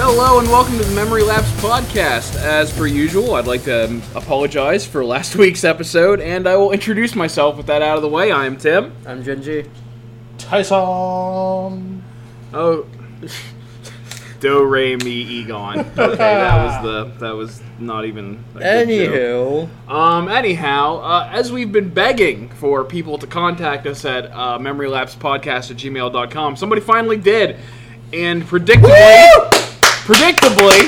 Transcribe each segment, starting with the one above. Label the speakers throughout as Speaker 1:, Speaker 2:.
Speaker 1: hello, and welcome to the Memory Lapse podcast. As per usual, I'd like to um, apologize for last week's episode, and I will introduce myself with that out of the way. I am Tim.
Speaker 2: I'm Genji.
Speaker 3: Tyson.
Speaker 1: Oh, do re mi egon. Okay, that was the that was not even. A good joke.
Speaker 2: Anywho,
Speaker 1: Um, anyhow, uh, as we've been begging for people to contact us at uh, memorylapsepodcast at gmail.com, somebody finally did. And predictably, predictably,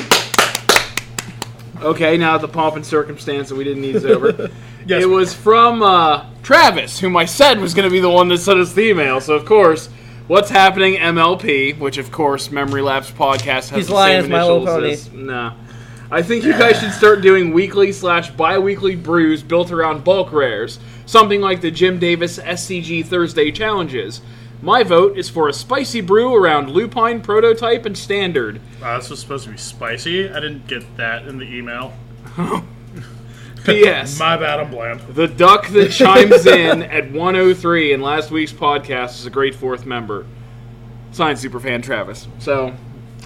Speaker 1: okay, now the pomp and circumstance that we didn't need is over.
Speaker 3: Yes.
Speaker 1: It was from uh, Travis, whom I said was going to be the one that sent us the email. So, of course, what's happening MLP, which, of course, Memory Lapse Podcast has
Speaker 2: He's
Speaker 1: the
Speaker 2: lying,
Speaker 1: same
Speaker 2: it's My Little
Speaker 1: initials as- Nah. I think you guys should start doing weekly slash bi-weekly brews built around bulk rares, something like the Jim Davis SCG Thursday challenges. My vote is for a spicy brew around lupine prototype and standard.
Speaker 3: Wow, this was supposed to be spicy. I didn't get that in the email.
Speaker 1: P.S.
Speaker 3: My bad, I'm bland.
Speaker 1: the duck that chimes in at 103 in last week's podcast is a great fourth member. Signed superfan Travis. So,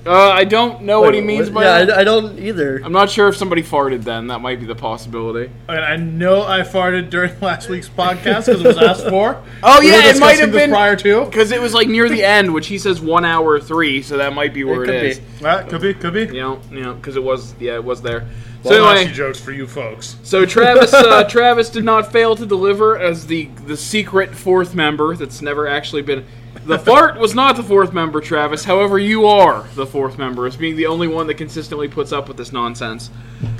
Speaker 1: uh, I don't know what he means by
Speaker 2: yeah,
Speaker 1: that.
Speaker 2: I, I don't either.
Speaker 1: I'm not sure if somebody farted then. That might be the possibility.
Speaker 3: And I know I farted during last week's podcast because it was asked for.
Speaker 1: Oh,
Speaker 3: We
Speaker 1: yeah,
Speaker 3: were
Speaker 1: it might
Speaker 3: discussing
Speaker 1: have
Speaker 3: this
Speaker 1: been-
Speaker 3: prior to.
Speaker 1: Because it was like near the end, which he says one hour three, so that might be where
Speaker 2: It
Speaker 1: it
Speaker 2: could
Speaker 1: is.
Speaker 2: be.
Speaker 3: That could be, could be.
Speaker 1: You know, you know, because it was, yeah, it was there.
Speaker 3: Well,
Speaker 1: so
Speaker 3: nasty
Speaker 1: anyway,
Speaker 3: jokes for you folks.
Speaker 1: so Travis, uh, Travis did not fail to deliver as the the secret fourth member that's never actually been. The fart was not the fourth member, Travis. However, you are the fourth member, as being the only one that consistently puts up with this nonsense.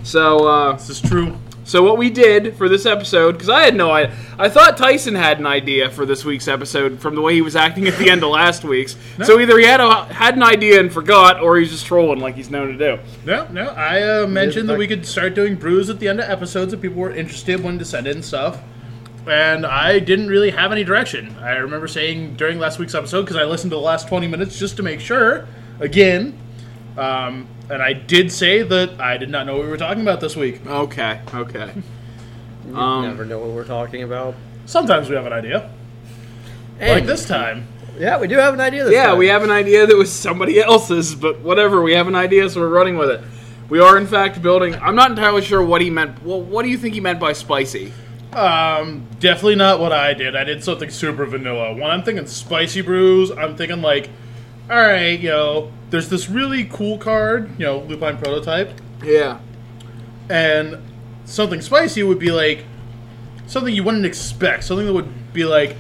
Speaker 1: So, uh,
Speaker 3: This is true.
Speaker 1: so what we did for this episode, because I had no idea, I thought Tyson had an idea for this week's episode from the way he was acting at the end of last week's. So either he had a, had an idea and forgot, or he's just trolling like he's known to do.
Speaker 3: No, no. I uh, mentioned that we could start doing brews at the end of episodes if people were interested, wanted to send in stuff. And I didn't really have any direction. I remember saying during last week's episode because I listened to the last 20 minutes just to make sure, again. Um, and I did say that I did not know what we were talking about this week.
Speaker 1: Okay, okay.
Speaker 2: You
Speaker 1: Um,
Speaker 2: never know what we're talking about.
Speaker 3: Sometimes we have an idea, like
Speaker 2: And-
Speaker 3: this time.
Speaker 2: Yeah, we do have an idea. This
Speaker 1: Yeah,
Speaker 2: time.
Speaker 1: we have an idea that was somebody else's, but whatever. We have an idea, so we're running with it. We are, in fact, building. I'm not entirely sure what he meant. Well, what do you think he meant by spicy?
Speaker 3: Um, definitely not what I did. I did something super vanilla. When I'm thinking spicy brews, I'm thinking like, all right, you know, there's this really cool card, you know, Lupine prototype.
Speaker 1: Yeah.
Speaker 3: and something spicy would be like something you wouldn't expect something that would be like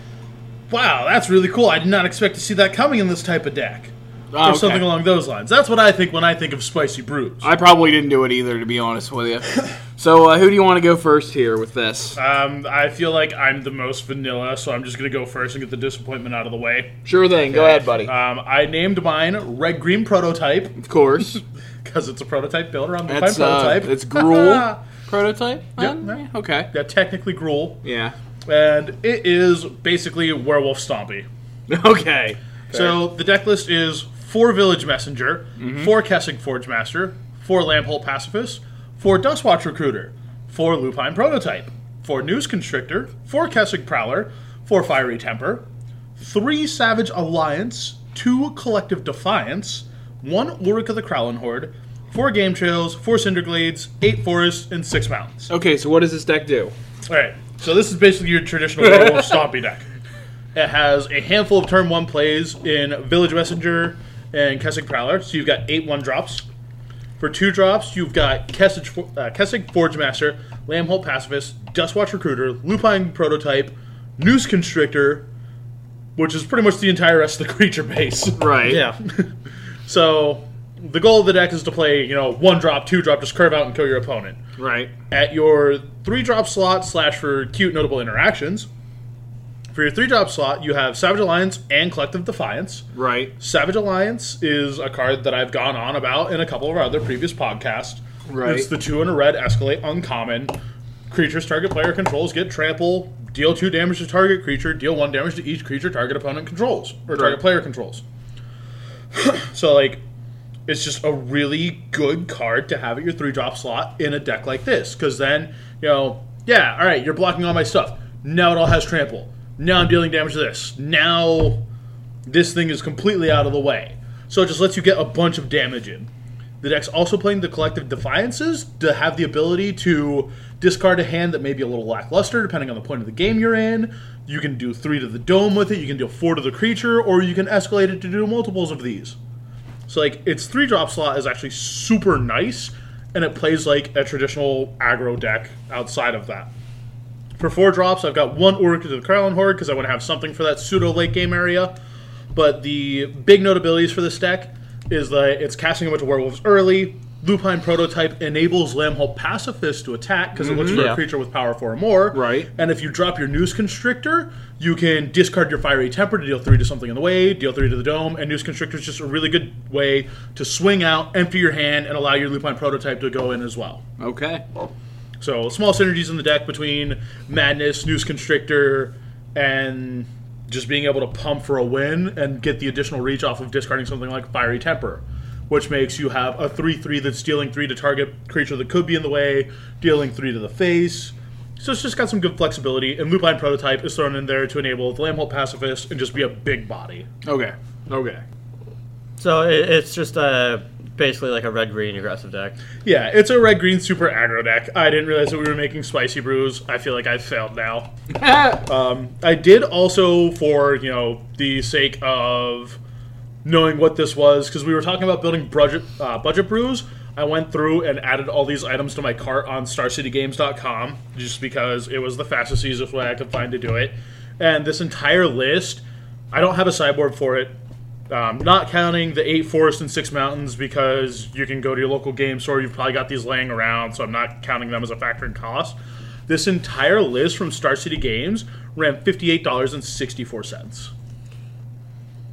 Speaker 3: wow that's really cool i did not expect to see that coming in this type of deck
Speaker 1: Ah,
Speaker 3: or something along those lines that's what i think when i think of spicy brews
Speaker 1: I probably didn't do it either, to be honest with you. So, uh, who do you want to go first here with this?
Speaker 3: um, i feel like i'm the most vanilla so i'm just going to go first and get the disappointment out of the way
Speaker 1: Sure thing. Go ahead, buddy.
Speaker 3: um, i named mine red green prototype
Speaker 1: Of course.
Speaker 3: because it's a prototype built around the
Speaker 1: That's uh,
Speaker 3: prototype
Speaker 1: it's gruel prototype. then?
Speaker 3: yeah.
Speaker 1: Yeah, Okay.
Speaker 3: yeah technically gruel
Speaker 1: Yeah.
Speaker 3: and it is basically werewolf stompy
Speaker 1: Okay.
Speaker 3: So the deck list is four Village Messenger, four Kessig Forge Master, four Lamphole Pacifist, four Dustwatch Recruiter, four Lupine Prototype, four News Constrictor, four Kessig Prowler, four Fiery Temper, three Savage Alliance, two Collective Defiance, one Ulrika the Crowlin Horde, four Game Trails, four Cinder Glades, eight Forests, and six Mountains.
Speaker 1: Okay. So, what does this deck do?
Speaker 3: All right. So this is basically your traditional werewolf stompy deck. It has a handful of turn one plays in Village Messenger and Kessig Prowler. So you've got eight one drops. For two drops, you've got Kessig, Fo- uh, Kessig Forge Master, Lamholt Pacifist, Dustwatch Recruiter, Lupine Prototype, Noose Constrictor, which is pretty much the entire rest of the creature base.
Speaker 1: Right.
Speaker 2: Yeah,
Speaker 3: So the goal of the deck is to play, you know, one drop, two drop, just curve out and kill your opponent
Speaker 1: Right.
Speaker 3: at your three drop slot slash for cute notable interactions. For your three drop slot, you have Savage Alliance and Collective Defiance.
Speaker 1: Right.
Speaker 3: Savage Alliance is a card that I've gone on about in a couple of our other previous podcasts.
Speaker 1: Right.
Speaker 3: It's the two and a red escalate uncommon. Creatures target player controls get trample, deal two damage to target creature, deal one damage to each creature target opponent controls, or target
Speaker 1: Right.
Speaker 3: player controls. so, like, it's just a really good card to have at your three drop slot in a deck like this. Because then, you know, yeah, all right, you're blocking all my stuff. Now it all has trample. Now I'm dealing damage to this. Now this thing is completely out of the way. So it just lets you get a bunch of damage in. The deck's also playing the collective defiances to have the ability to discard a hand that may be a little lackluster depending on the point of the game you're in. You can do three to the dome with it, you can do four to the creature, or you can escalate it to do multiples of these. So like its three drop slot is actually super nice, and it plays like a traditional aggro deck outside of that. For four drops, I've got one Orc to the Krylon Horde because I want to have something for that pseudo late game area. But the big notabilities for this deck is that it's casting a bunch of werewolves early. Lupine Prototype enables Lamhole Pacifist to attack because it looks for a
Speaker 2: yeah.
Speaker 3: creature with power four or more.
Speaker 1: Right.
Speaker 3: And if you drop your Noose Constrictor, you can discard your Fiery Temper to deal three to something in the way, deal three to the dome, and Noose Constrictor is just a really good way to swing out, empty your hand, and allow your Lupine Prototype to go in as well.
Speaker 1: Okay.
Speaker 3: So small synergies in the deck between Madness, Noose Constrictor, and just being able to pump for a win and get the additional reach off of discarding something like Fiery Temper, which makes you have a 3 3 that's dealing 3 to target creature that could be in the way, dealing 3 to the face. So it's just got some good flexibility, and Lupine Prototype is thrown in there to enable the Lamholt Pacifist and just be a big body.
Speaker 1: Okay. Okay.
Speaker 2: So it, it's just uh, basically like a red green aggressive deck.
Speaker 3: Yeah, it's a red green super aggro deck. I didn't realize that we were making spicy brews. I feel like I failed now. Um, I did also, for you know, the sake of knowing what this was, because we were talking about building budget uh, budget brews. I went through and added all these items to my cart on StarCityGames.com just because it was the fastest, easiest way I could find to do it. And this entire list, I don't have a sideboard for it. Um, not counting the eight forests and six mountains because you can go to your local game store. You've probably got these laying around, so I'm not counting them as a factor in cost. This entire list from Star City Games ran fifty-eight dollars and sixty-four cents.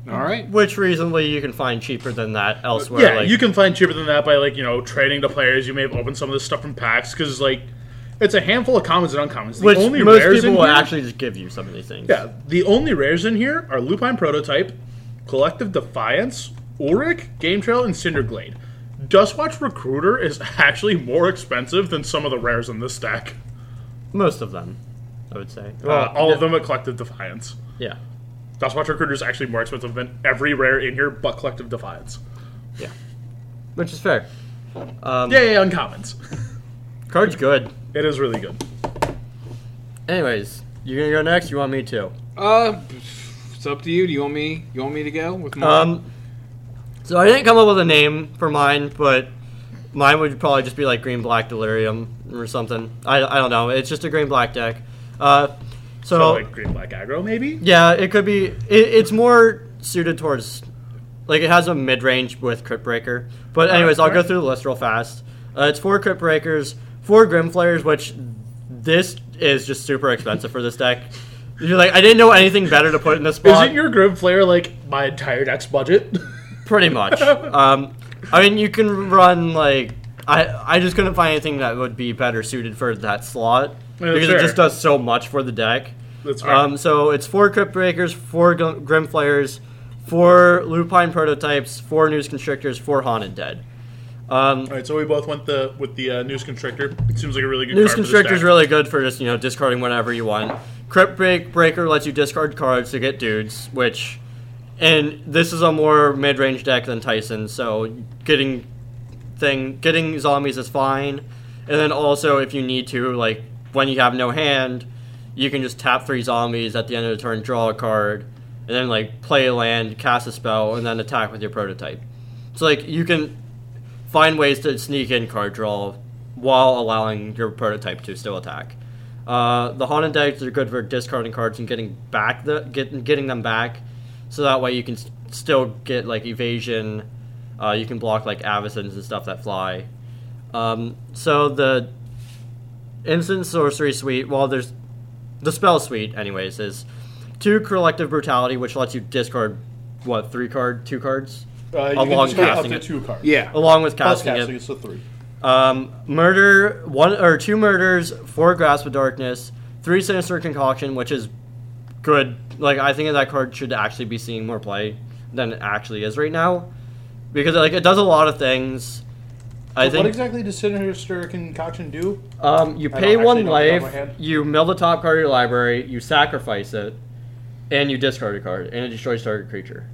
Speaker 1: All right.
Speaker 2: Which reasonably you can find cheaper than that elsewhere.
Speaker 3: Yeah,
Speaker 2: like,
Speaker 3: you can find cheaper than that by like you know trading to players. You may have opened some of this stuff from packs because like it's a handful of commons and uncommons. The
Speaker 2: which
Speaker 3: only
Speaker 2: most
Speaker 3: rares
Speaker 2: people
Speaker 3: in
Speaker 2: will
Speaker 3: here,
Speaker 2: actually just give you some of these things.
Speaker 3: yeah, the only rares in here are Lupine Prototype, Collective Defiance, Ulrich, Game Trail, and Cinderglade. Dustwatch Recruiter is actually more expensive than some of the rares in this Uh, deck.
Speaker 2: most of them, I would say.
Speaker 3: Uh, all of them at Collective Defiance.
Speaker 2: yeah,
Speaker 3: Dustwatch Recruiter is actually more expensive than every rare in here but Collective Defiance.
Speaker 2: yeah, which is fair.
Speaker 3: Yay, uncommons.
Speaker 2: Card's good.
Speaker 3: It is really good.
Speaker 2: Anyways, you're gonna go next. You want me to?
Speaker 1: Uh, it's up to you. Do you want me? You want me to go with mine?
Speaker 2: Um, so I didn't come up with a name for mine, but mine would probably just be like green black delirium or something. I, I don't know. It's just a green black deck. Uh, so,
Speaker 3: So, like Green Black Aggro, maybe?
Speaker 2: yeah, it could be. It, it's more suited towards like it has a mid range with Crypt Breaker. But anyways, I'll go
Speaker 3: alright.
Speaker 2: through the list real fast. Uh, it's four Crypt Breakers, four Grim Flares, which this is just super expensive for this deck. You're like, I didn't know anything better to put in this spot.
Speaker 3: Isn't your Grim Flare like my entire deck's budget?
Speaker 2: Pretty much. um, I mean, you can run like I. I just couldn't find anything that would be better suited for that slot because
Speaker 3: fair.
Speaker 2: it just does so much for the deck.
Speaker 3: That's fair.
Speaker 2: Um, so it's four Crypt Breakers, four Gl- Grim Flayers, four Lupine Prototypes, four News Constrictors, four Haunted Dead. Um,
Speaker 3: All right, so we both went the with the uh, Noose Constrictor. It seems like a really good
Speaker 2: News
Speaker 3: card for this
Speaker 2: Constrictor is
Speaker 3: deck.
Speaker 2: really good for just you know discarding whatever you want. Crypt Break Breaker lets you discard cards to get dudes, which, and this is a more mid-range deck than Tyson, so getting thing getting zombies is fine. And then also if you need to, like when you have no hand, you can just tap three zombies at the end of the turn, draw a card, and then like play a land, cast a spell, and then attack with your prototype. So like you can find ways to sneak in card draw while allowing your prototype to still attack. Uh, the haunted decks are good for discarding cards and getting back the get, getting them back, so that way you can s- still get like evasion. Uh, you can block like avicens and stuff that fly. Um, so the instant sorcery suite, well, there's the spell suite, anyways, is two collective brutality, which lets you discard what three card, two cards,
Speaker 3: Uh, you can
Speaker 2: along
Speaker 3: discard up
Speaker 2: casting
Speaker 3: to
Speaker 2: it.
Speaker 3: two cards.
Speaker 1: yeah.
Speaker 2: along with
Speaker 3: Plus
Speaker 2: casting it.
Speaker 3: casting, it's a three.
Speaker 2: Um, murder one or two murders, four grasp of darkness, three sinister concoction, which is good. Like I think that card should actually be seeing more play than it actually is right now, because like it does a lot of things. I
Speaker 3: What
Speaker 2: think
Speaker 3: exactly does Sinister Concoction do?
Speaker 2: um, you
Speaker 3: I
Speaker 2: pay
Speaker 3: don't actually
Speaker 2: one
Speaker 3: know off the top of my
Speaker 2: life,
Speaker 3: head.
Speaker 2: you mill the top card of your library, you sacrifice it, and you discard a card, and it destroys target creature.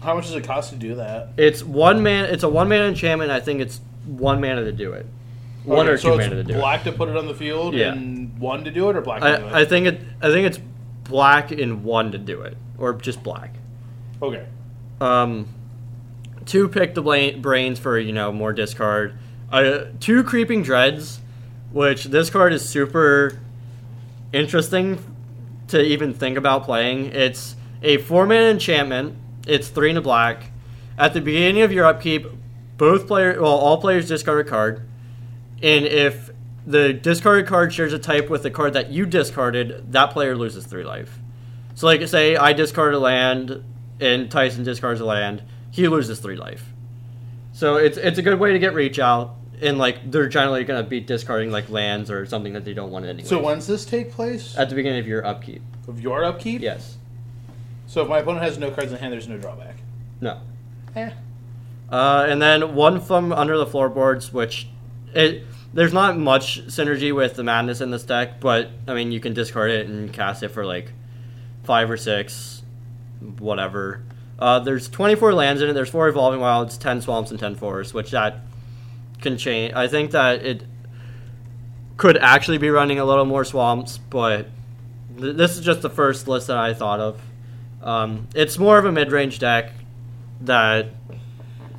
Speaker 3: How much does it cost to do that?
Speaker 2: It's one man. It's a one man enchantment. I think it's one mana to do it. One
Speaker 3: Okay,
Speaker 2: or
Speaker 3: so
Speaker 2: two
Speaker 3: it's
Speaker 2: mana to do
Speaker 3: black to put it on the field
Speaker 2: Yeah.
Speaker 3: and one to do it, or black
Speaker 2: it.
Speaker 3: to do it.
Speaker 2: I, I think it. I think it's black and one to do it, or just black.
Speaker 3: okay.
Speaker 2: Um, two pick the bla- brains for you know more discard. Uh, two creeping dreads, which this card is super interesting to even think about playing. It's a four man enchantment. It's three and a black. At the beginning of your upkeep, both player well all players discard a card, and if the discarded card shares a type with the card that you discarded, that player loses three life. So, like, say I discard a land, and Tyson discards a land, he loses three life. So it's it's a good way to get reach out, and like they're generally gonna be discarding like lands or something that they don't want anyway.
Speaker 3: So when's this take place?
Speaker 2: at the beginning of your upkeep,
Speaker 3: of your upkeep?
Speaker 2: yes,
Speaker 3: So if my opponent has no cards in hand, there's no drawback.
Speaker 2: no,
Speaker 3: Eh.
Speaker 2: uh, and then one from under the floorboards, which it there's not much synergy with the madness in this deck, but I mean you can discard it and cast it for like five or six, whatever. Uh, there's 24 lands in it. There's four evolving wilds, 10 swamps, and 10 forests, which that can change. I think that it could actually be running a little more swamps, but th- this is just the first list that I thought of. Um, it's more of a mid-range deck that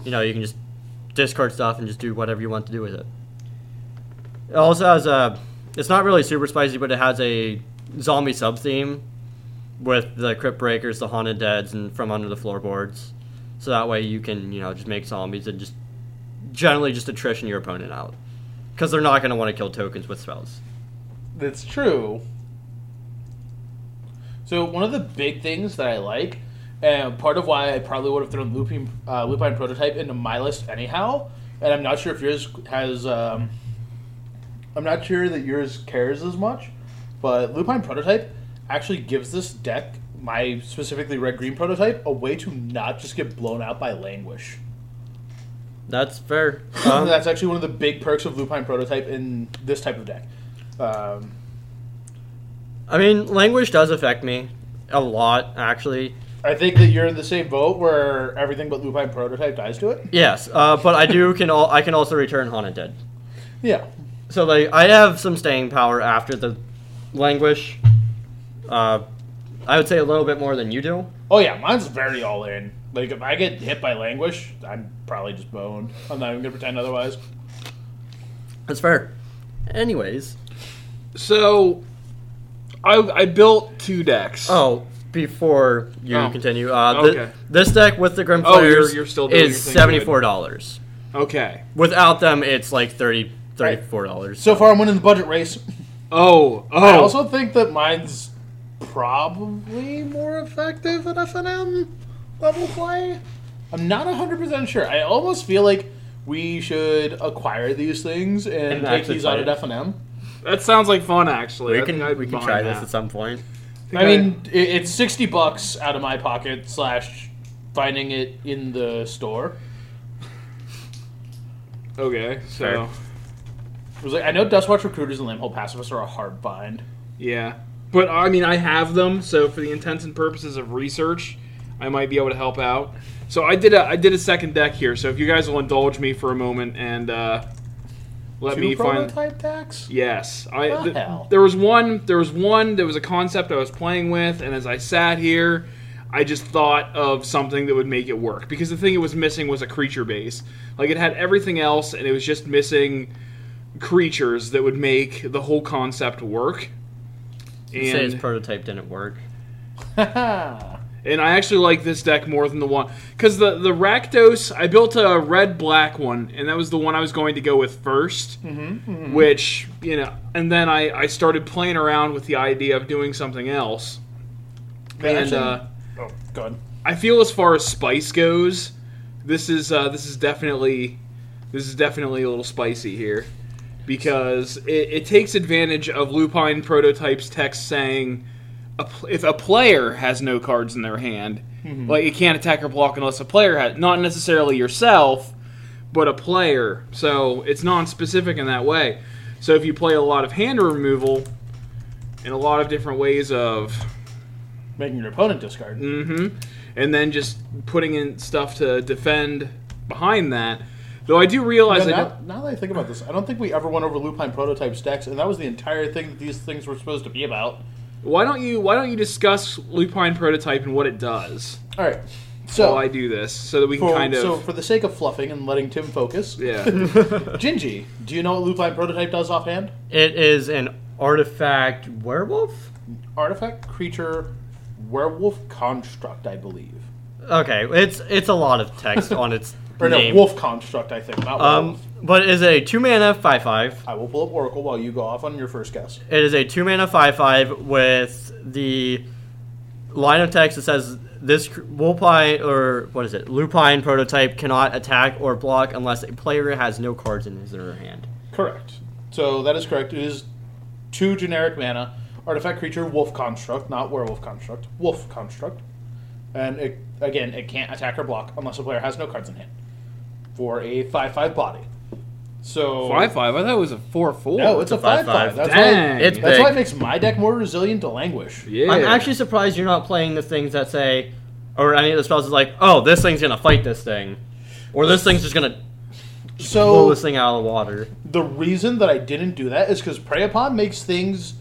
Speaker 2: you know you can just discard stuff and just do whatever you want to do with it. It also has a. It's not really super spicy, but it has a zombie sub theme with the Crypt Breakers, the Haunted Deads, and From Under the Floorboards. So that way you can, you know, just make zombies and just generally just attrition your opponent out. Because they're not going to want to kill tokens with spells.
Speaker 3: That's true. So one of the big things that I like, and part of why I probably would have thrown Lupine, uh, Lupine Prototype into my list anyhow, and I'm not sure if yours has, um, I'm not sure that yours cares as much, but Lupine Prototype actually gives this deck, my specifically red green prototype, a way to not just get blown out by Languish.
Speaker 2: That's fair. Um,
Speaker 3: That's actually one of the big perks of Lupine Prototype in this type of deck. Um,
Speaker 2: I mean, language does affect me a lot, actually.
Speaker 3: I think that you're in the same boat where everything but Lupine Prototype dies to it.
Speaker 2: Yes, uh, but I do can all I can also return Haunted Dead.
Speaker 3: Yeah.
Speaker 2: So like I have some staying power after the languish. Uh, I would say a little bit more than you do.
Speaker 3: Oh yeah, mine's very all in. Like if I get hit by Languish, I'm probably just boned. I'm not even gonna pretend otherwise.
Speaker 2: That's fair. Anyways,
Speaker 1: So, I, I built two decks.
Speaker 2: oh, before you
Speaker 1: Oh.
Speaker 2: continue, uh, th-
Speaker 1: Okay.
Speaker 2: this deck with the Grim
Speaker 1: Oh, you're-
Speaker 2: Players
Speaker 1: you're still doing your
Speaker 2: is
Speaker 1: thing,
Speaker 2: seventy four dollars.
Speaker 1: Okay.
Speaker 2: Without them, it's like 30 34 dollars.
Speaker 3: So far, I'm winning the budget race.
Speaker 1: Oh, oh.
Speaker 3: I also think that mine's probably more effective at FNM level play. I'm not 100% sure. I almost feel like we should acquire these things and,
Speaker 2: And
Speaker 3: take
Speaker 2: actually
Speaker 3: these out
Speaker 2: play
Speaker 3: at
Speaker 2: it.
Speaker 3: FNM.
Speaker 1: that sounds like fun, actually.
Speaker 2: we
Speaker 1: I think
Speaker 2: can
Speaker 1: I'd
Speaker 2: we
Speaker 1: be
Speaker 2: can
Speaker 1: buying
Speaker 2: try this
Speaker 1: that.
Speaker 2: at some point.
Speaker 3: I mean, it, it's sixty bucks out of my pocket slash finding it in the store.
Speaker 1: okay. So,
Speaker 2: Fair.
Speaker 3: It was like I know Dustwatch recruiters and Lamhole pacifists are a hard bind.
Speaker 1: yeah. But I mean, I have them, so for the intents and purposes of research, I might be able to help out. So I did a I did a second deck here. So if you guys will indulge me for a moment and uh, let
Speaker 3: Two
Speaker 1: me find
Speaker 3: prototype decks.
Speaker 1: Yes, I.
Speaker 3: The
Speaker 1: th-
Speaker 3: hell?
Speaker 1: there was one. There was one. There was a concept I was playing with, and as I sat here, I just thought of something that would make it work. Because the thing it was missing was a creature base. Like it had everything else, and it was just missing creatures that would make the whole concept work.
Speaker 2: You Say his
Speaker 1: And
Speaker 2: prototype didn't work.
Speaker 1: and I actually like this deck more than the one because the the Rakdos I built a red black one, and that was the one I was going to go with 1st which you know, and then I I started playing around with the idea of doing something else, and
Speaker 3: actually-
Speaker 1: uh,
Speaker 3: Oh, good.
Speaker 1: I feel as far as spice goes, this is uh, this is definitely this is definitely a little spicy here because it, it takes advantage of Lupine Prototype's text saying a, pl- if a player has no cards in their hand, like you can't attack or block unless a player has not necessarily yourself, but a player. So it's non-specific in that way. So if you play a lot of hand removal and a lot of different ways of
Speaker 3: making your opponent discard.
Speaker 1: Mm. and then just putting in stuff to defend behind that. Though I do realize
Speaker 3: Yeah,
Speaker 1: I
Speaker 3: now, now that I think about this, I don't think we ever went over Lupine prototype stacks, and that was the entire thing that these things were supposed to be about.
Speaker 1: don't- why don't you why don't you discuss Lupine prototype and what it does
Speaker 3: All right, so
Speaker 1: while I do this so that we can
Speaker 3: for,
Speaker 1: kind of
Speaker 3: so for the sake of fluffing and letting Tim focus,
Speaker 1: yeah
Speaker 3: Gingy, do you know what Lupine prototype does offhand?
Speaker 2: It is an artifact werewolf?
Speaker 3: Artifact, creature, werewolf construct, I believe,
Speaker 2: Okay, it's it's a lot of text on its
Speaker 3: or
Speaker 2: name.
Speaker 3: no, wolf construct, I think. Not
Speaker 2: Um,
Speaker 3: werewolf.
Speaker 2: but it is a two mana five five.
Speaker 3: I will pull up Oracle while you go off on your first guess.
Speaker 2: It is a two mana five five with the line of text that says this cr- Wolpine or what is it Lupine prototype cannot attack or block unless a player has no cards in his or her hand.
Speaker 3: Correct. So that is correct. It is two generic mana. Artifact creature, wolf construct, not werewolf construct, wolf construct. And it, again, it can't attack or block unless a player has no cards in hand. For a 5 5 body. So.
Speaker 1: five five I thought it was a four four
Speaker 3: No, it's a 5
Speaker 2: five,
Speaker 3: 5.
Speaker 2: five.
Speaker 3: That's,
Speaker 1: Dang.
Speaker 3: why,
Speaker 2: It's
Speaker 3: that's why it
Speaker 2: big.
Speaker 3: makes my deck more resilient to languish.
Speaker 1: yeah
Speaker 2: I'm actually surprised you're not playing the things that say, or any of the spells that's like, oh, this thing's gonna fight this thing, or this thing's just gonna blow
Speaker 3: So
Speaker 2: this thing out of the water.
Speaker 3: the reason that I didn't do that is because Prey Upon makes things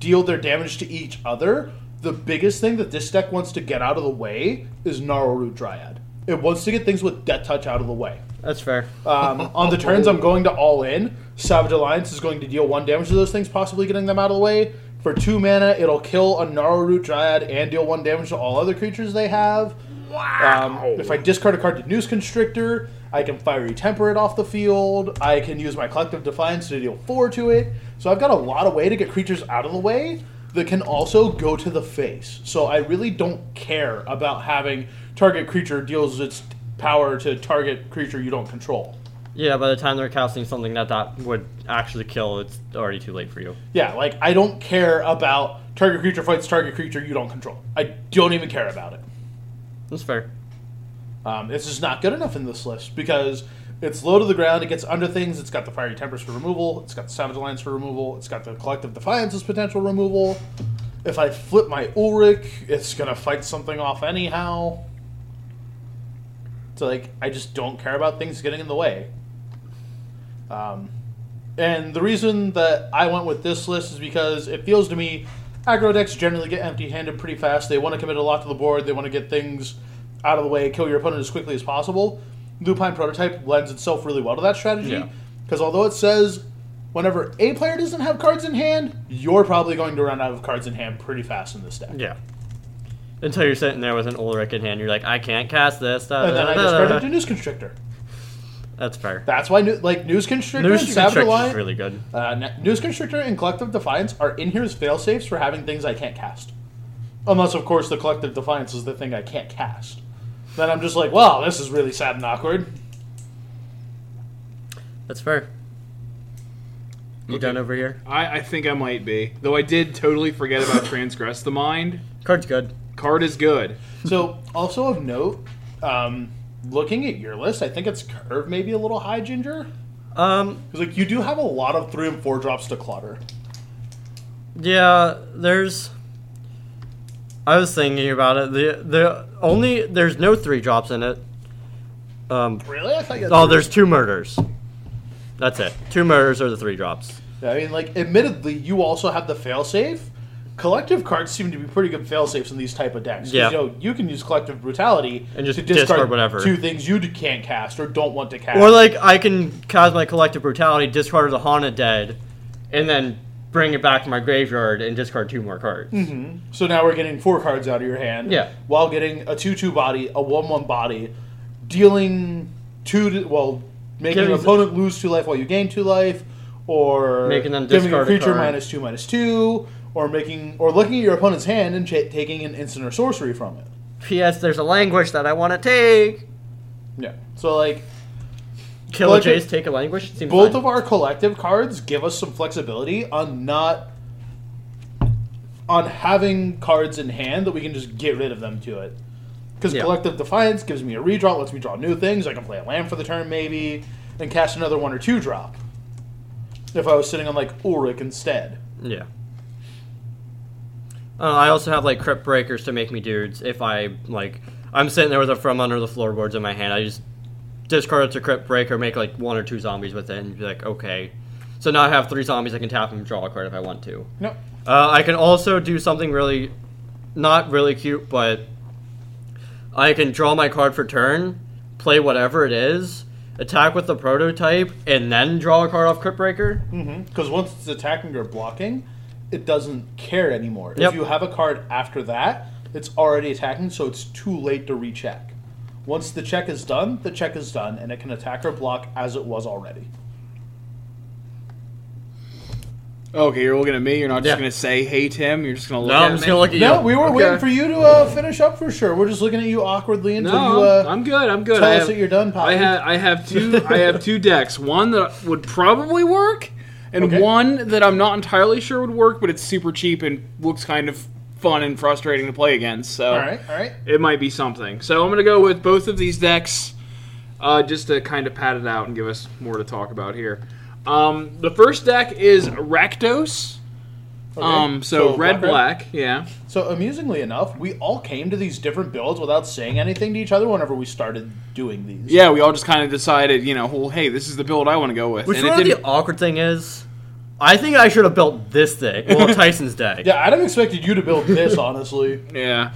Speaker 3: deal their damage to each other. The biggest thing that this deck wants to get out of the way is Gnarlroot Dryad. It wants to get things with Death Touch out of the way.
Speaker 2: That's fair.
Speaker 3: Um, on the turns I'm going to All In, Savage Alliance is going to deal one damage to those things, possibly getting them out of the way. For two mana, it'll kill a Gnarlroot Dryad and deal one damage to all other creatures they have. Um, if I discard a card to Noose Constrictor, I can Fiery Temper it off the field. I can use my Collective Defiance to deal four to it. So I've got a lot of way to get creatures out of the way that can also go to the face. So I really don't care about having target creature deals its power to target creature you don't control.
Speaker 2: Yeah, by the time they're casting something that that would actually kill, it's already too late for you.
Speaker 3: Yeah, like I don't care about target creature fights target creature you don't control. I don't even care about it.
Speaker 2: That's fair.
Speaker 3: Um, it's just not good enough in this list because it's low to the ground. It gets under things. It's got the fiery tempers for removal. It's got the savage alliance for removal. It's got the collective defiance's potential removal. If I flip my Ulrich, it's gonna fight something off anyhow. So like, I just don't care about things getting in the way. Um, and the reason that I went with this list is because it feels to me aggro decks generally get empty handed pretty fast. They want to commit a lot to the board, they want to get things out of the way, kill your opponent as quickly as possible. Lupine Prototype lends itself really well to that strategy
Speaker 2: Yeah.
Speaker 3: because although it says whenever a player doesn't have cards in hand, you're probably going to run out of cards in hand pretty fast in this deck.
Speaker 2: Yeah. Until you're sitting there with an Ulrich in hand, you're like, I can't cast this. Da,
Speaker 3: And then
Speaker 2: da,
Speaker 3: I
Speaker 2: da,
Speaker 3: just
Speaker 2: da,
Speaker 3: started
Speaker 2: da."
Speaker 3: to News Constrictor.
Speaker 2: That's fair.
Speaker 3: That's why, new, like, News Constrictor
Speaker 2: News
Speaker 3: and Savage
Speaker 2: Constrict
Speaker 3: Alliance,
Speaker 2: is really good.
Speaker 3: Uh, Ne- News Constrictor and Collective Defiance are in here's failsafes for having things I can't cast. Unless, of course, the Collective Defiance is the thing I can't cast. Then I'm just like, wow, this is really sad and awkward.
Speaker 2: That's fair. You done over here?
Speaker 1: I, I think I might be though I did totally forget about transgress the mind
Speaker 2: Card's good.
Speaker 1: card is good
Speaker 3: So, also of note, um, looking at your list, I think it's Curve maybe a little high, Ginger.
Speaker 2: Um,
Speaker 3: 'Cause, like, you do have a lot of three and four drops to clutter.
Speaker 2: yeah, there's. I was thinking about it. The the only there's no three drops in it. Um,
Speaker 3: Really? I thought you had
Speaker 2: oh,
Speaker 3: three-
Speaker 2: there's two murders. That's it. Two murders are the three drops.
Speaker 3: I mean, like, admittedly, you also have the failsafe. Collective cards seem to be pretty good failsafes in these type of decks. 'Cause,
Speaker 2: Yeah.
Speaker 3: You, know, you can use collective brutality
Speaker 2: And just discard whatever.
Speaker 3: two things you d- can't cast or don't want to cast.
Speaker 2: Or like I can cause my collective brutality, discard the Hana dead, and then bring it back to my graveyard and discard two more cards.
Speaker 3: so now we're getting four cards out of your hand.
Speaker 2: Yeah.
Speaker 3: While getting a two-two body, a one-one body, dealing two. To, well, making
Speaker 2: Giving
Speaker 3: an
Speaker 2: s-
Speaker 3: opponent lose two life while you gain two life, or
Speaker 2: Making them
Speaker 3: giving a
Speaker 2: discard a
Speaker 3: creature
Speaker 2: card.
Speaker 3: minus two, minus two, or making or looking at your opponent's hand and cha taking an instant or sorcery from it.
Speaker 2: P.S. There's a languish that I want to take.
Speaker 3: Yeah. So like.
Speaker 2: Kill
Speaker 3: Like
Speaker 2: a Jace,
Speaker 3: it-
Speaker 2: take a languish. Seems
Speaker 3: both
Speaker 2: fine.
Speaker 3: of our collective cards give us some flexibility on not on having cards in hand that we can just get rid of them to it. Because
Speaker 2: Yeah.
Speaker 3: collective defiance gives me a redraw, lets me draw new things. I can play a land for the turn maybe, and cast another one or two drop. If I was sitting on like Ulrich instead.
Speaker 2: yeah. Uh, I also have like crypt breakers to make me dudes. If I like, I'm sitting there with it from under the floorboards in my hand. I just discard it to crypt breaker, make like one or two zombies with it, and be like, okay. So now I have three zombies. I can tap them, draw a card if I want to.
Speaker 3: No.
Speaker 2: Uh, I can also do something really, not really cute, but I can draw my card for turn, play whatever it is, attack with the prototype, and then draw a card off Crypt Breaker.
Speaker 3: Because once it's attacking or blocking, it doesn't care anymore.
Speaker 2: Yep.
Speaker 3: If you have a card after that, it's already attacking, so it's too late to recheck. Once the check is done, the check is done, and it can attack or block as it was already.
Speaker 1: Okay, you're looking at me. You're not just
Speaker 2: Yeah.
Speaker 1: gonna say, "Hey Tim." You're just gonna look
Speaker 2: No,
Speaker 1: at
Speaker 2: I'm just gonna look at you.
Speaker 3: No, we were
Speaker 1: Okay.
Speaker 3: waiting for you to uh, finish up for sure. We're just looking at you awkwardly until
Speaker 1: No,
Speaker 3: you. Uh,
Speaker 1: I'm good. I'm good.
Speaker 3: tell
Speaker 1: I
Speaker 3: us
Speaker 1: have,
Speaker 3: that you're done, Poppy.
Speaker 1: I have I have two I have two decks. One that would probably work, and
Speaker 3: Okay.
Speaker 1: one that I'm not entirely sure would work, but it's super cheap and looks kind of fun and frustrating to play against. So
Speaker 3: all right, all right.
Speaker 1: it might be something. So I'm gonna go with both of these decks, uh, just to kind of pat it out and give us more to talk about here. Um, the first deck is Rakdos.
Speaker 3: Okay.
Speaker 1: Um, so, red
Speaker 3: black, red.
Speaker 1: black, yeah.
Speaker 3: So amusingly enough, we all came to these different builds without saying anything to each other whenever we started doing these.
Speaker 1: Yeah, we all just kind of decided, you know, well, hey, this is the build I want to go with.
Speaker 2: Which
Speaker 1: and it
Speaker 2: one of the
Speaker 1: didn't-
Speaker 2: awkward thing is, I think I should have built this deck. Well, Tyson's deck.
Speaker 3: Yeah, I'd have expected you to build this, honestly.
Speaker 1: yeah.